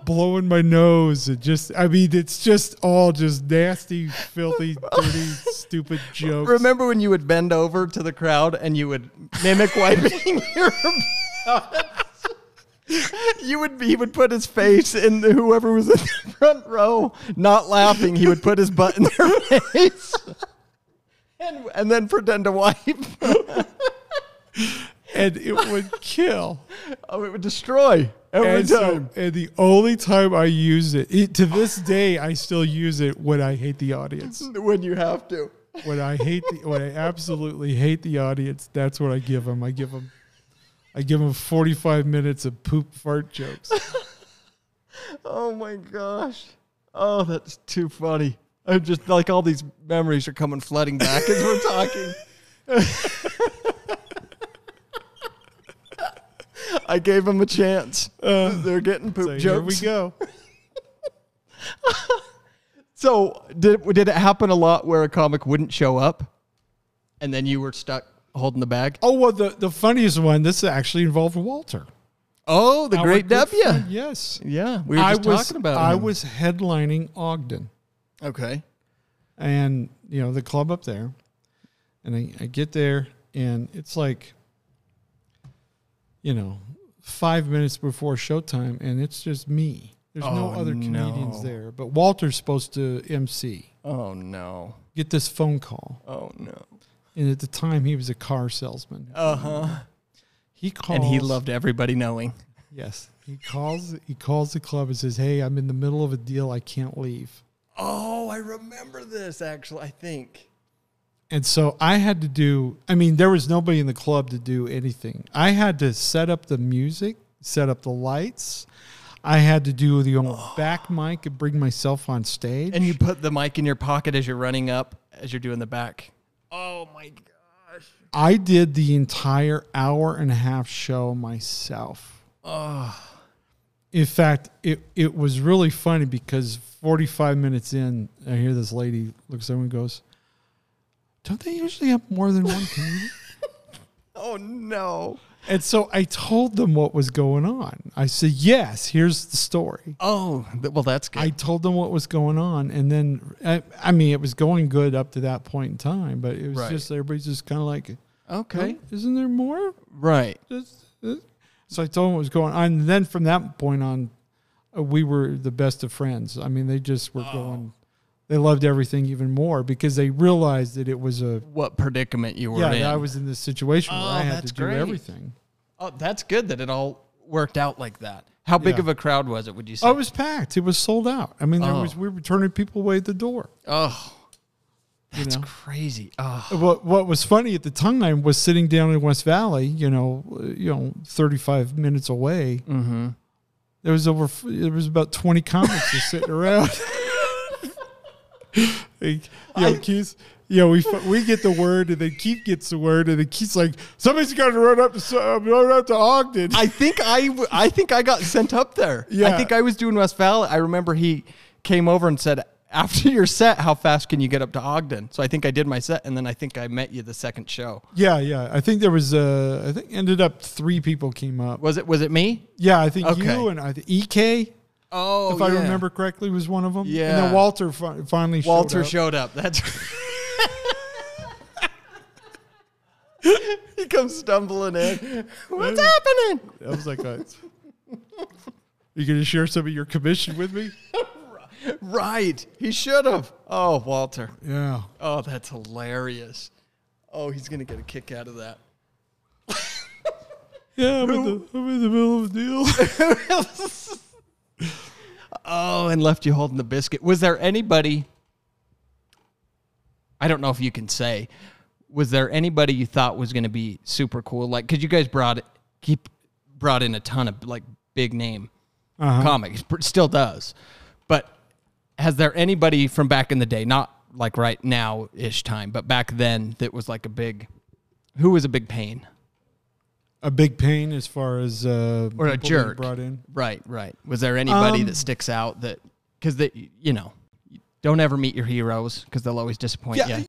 Speaker 4: blowing my nose, and just—I mean, it's just all just nasty,
Speaker 2: *laughs*
Speaker 4: filthy, dirty, stupid jokes.
Speaker 2: Remember when you would bend over to the crowd and you would mimic wiping *laughs* your butt? You would he would put his face in the, whoever was in the front row, not laughing. He would put his butt in their *laughs* face, and and then pretend to wipe.
Speaker 4: and it would kill.
Speaker 2: Oh, it would destroy *laughs* every
Speaker 4: and, so-
Speaker 2: time.
Speaker 4: and the only time I use it, it, to this day, I still use it when I hate
Speaker 2: *laughs*
Speaker 4: the audience.
Speaker 2: when you have to.
Speaker 4: When I hate the, when I absolutely hate the audience, that's what I give them. I give them, I give them 45 minutes of poop fart
Speaker 2: *laughs*
Speaker 4: jokes.
Speaker 2: Oh my gosh. Oh, that's too funny. I'm just like all these memories are coming flooding back as we're talking. *laughs* I gave them a chance. They're getting poop
Speaker 4: Uh, So
Speaker 2: jokes.
Speaker 4: here we go.
Speaker 2: So did did it happen a lot where a comic wouldn't show up, and then you were stuck holding the bag?
Speaker 4: Oh well, the, the funniest one. This actually involved Walter.
Speaker 2: Oh, the
Speaker 4: Our
Speaker 2: Great
Speaker 4: good
Speaker 2: W.
Speaker 4: friend, Yes,
Speaker 2: Yeah, we were just talking about.
Speaker 4: I
Speaker 2: him.
Speaker 4: was headlining Ogden,
Speaker 2: okay.
Speaker 4: and you know the club up there, and I, I get there, and it's like, you know, five minutes before showtime, and it's just me. There's no
Speaker 2: Oh,
Speaker 4: other
Speaker 2: no.
Speaker 4: comedians there, but Walter's supposed to MC.
Speaker 2: Oh no.
Speaker 4: Get this phone call,
Speaker 2: Oh no.
Speaker 4: and at the time he was a car salesman.
Speaker 2: Uh huh.
Speaker 4: He called,
Speaker 2: And he loved everybody knowing.
Speaker 4: Yes, he calls. He calls the club and says, "Hey, I'm in the middle of a deal. I can't leave."
Speaker 2: Oh, I remember this actually. I think.
Speaker 4: And so I had to do, I mean, there was nobody in the club to do anything. I had to set up the music, set up the lights. I had to do
Speaker 2: *sighs*
Speaker 4: the old back mic and bring myself on stage.
Speaker 2: And you put the mic in your pocket as you're running up, as you're doing the back. Oh my god.
Speaker 4: I did the entire hour and a half show myself. In fact, it, it was really funny because 45 minutes in, I hear this lady looks over and goes, Don't they usually have more
Speaker 2: *laughs*
Speaker 4: than one comedian?
Speaker 2: Oh no.
Speaker 4: And so I told them what was going on. I said, "Yes, here's the story."
Speaker 2: Oh th- well, that's good.
Speaker 4: I told them what was going on, and then I, I mean, it was going good up to that point in time, but it was
Speaker 2: Right.
Speaker 4: just everybody's just kind of like,
Speaker 2: okay.
Speaker 4: "Oh, isn't there more?"
Speaker 2: Right.
Speaker 4: This- this- So I told them what was going on, and then from that point on, uh, we were the best of friends. I mean, they just
Speaker 2: Oh.
Speaker 4: were going. They loved everything even more because they realized that it was a
Speaker 2: What predicament you were
Speaker 4: yeah.
Speaker 2: in?
Speaker 4: that I was in this situation where
Speaker 2: Oh,
Speaker 4: I had
Speaker 2: that's
Speaker 4: to do
Speaker 2: great.
Speaker 4: everything.
Speaker 2: Oh, that's good that it all worked out like that. How big
Speaker 4: Yeah.
Speaker 2: of a crowd was it? Would you say?
Speaker 4: Oh, it was packed. It was sold out. I mean, there
Speaker 2: Oh.
Speaker 4: was we were turning people away at the door.
Speaker 2: Oh, that's
Speaker 4: know?
Speaker 2: crazy. Oh,
Speaker 4: What what was funny at the time was sitting down in West Valley. You know, uh, you know, thirty five minutes away. Mm-hmm. There was over. f- There was about twenty comics just
Speaker 2: *laughs*
Speaker 4: sitting around. *laughs* like, you know, Keith. You know, we fi- we get the word, and then Keith gets the word, and then Keith's like, "Somebody's got to run up, to, so- uh, run up to Ogden."
Speaker 2: I think I, w- I think I got sent up there.
Speaker 4: Yeah.
Speaker 2: I think I was doing West Valley. I remember he came over and said, "After your set, how fast can you get up to Ogden?" So I think I did my set, and then I think I met you the second show.
Speaker 4: yeah, yeah. I think there was. Uh, I think ended up three people came up.
Speaker 2: Was it was it me?
Speaker 4: Yeah, I think you
Speaker 2: Okay.
Speaker 4: and I think EK,
Speaker 2: Oh,
Speaker 4: if I remember correctly, was one of them. and
Speaker 2: Yeah.
Speaker 4: then Walter fi- finally
Speaker 2: Walter
Speaker 4: showed up.
Speaker 2: showed up. That's. *laughs* he comes stumbling in. What's happening?
Speaker 4: I was like, uh, *laughs* "You gonna share some of your commission
Speaker 2: *laughs*
Speaker 4: with me?"
Speaker 2: Right. He should have. Oh, Walter.
Speaker 4: Yeah,
Speaker 2: Oh, that's hilarious. Oh, he's going to get a kick out of that.
Speaker 4: yeah. I'm in, the, I'm in the middle of a deal.
Speaker 2: Oh, and left you holding the biscuit. Was there anybody? I don't know if you can say. Was there anybody you thought was going to be super cool? Like, because you guys brought keep brought in a ton of like big name comics, pr- still does. But has there anybody from back in the day, not like right now ish time, but back then that was like a big, who was a big pain
Speaker 4: a big pain as far as uh,
Speaker 2: or a
Speaker 4: people being
Speaker 2: jerk
Speaker 4: brought in.
Speaker 2: Right, right. Was there anybody
Speaker 4: Um,
Speaker 2: that sticks out that because that you know don't ever meet your heroes because they'll always disappoint
Speaker 4: Yeah,
Speaker 2: you.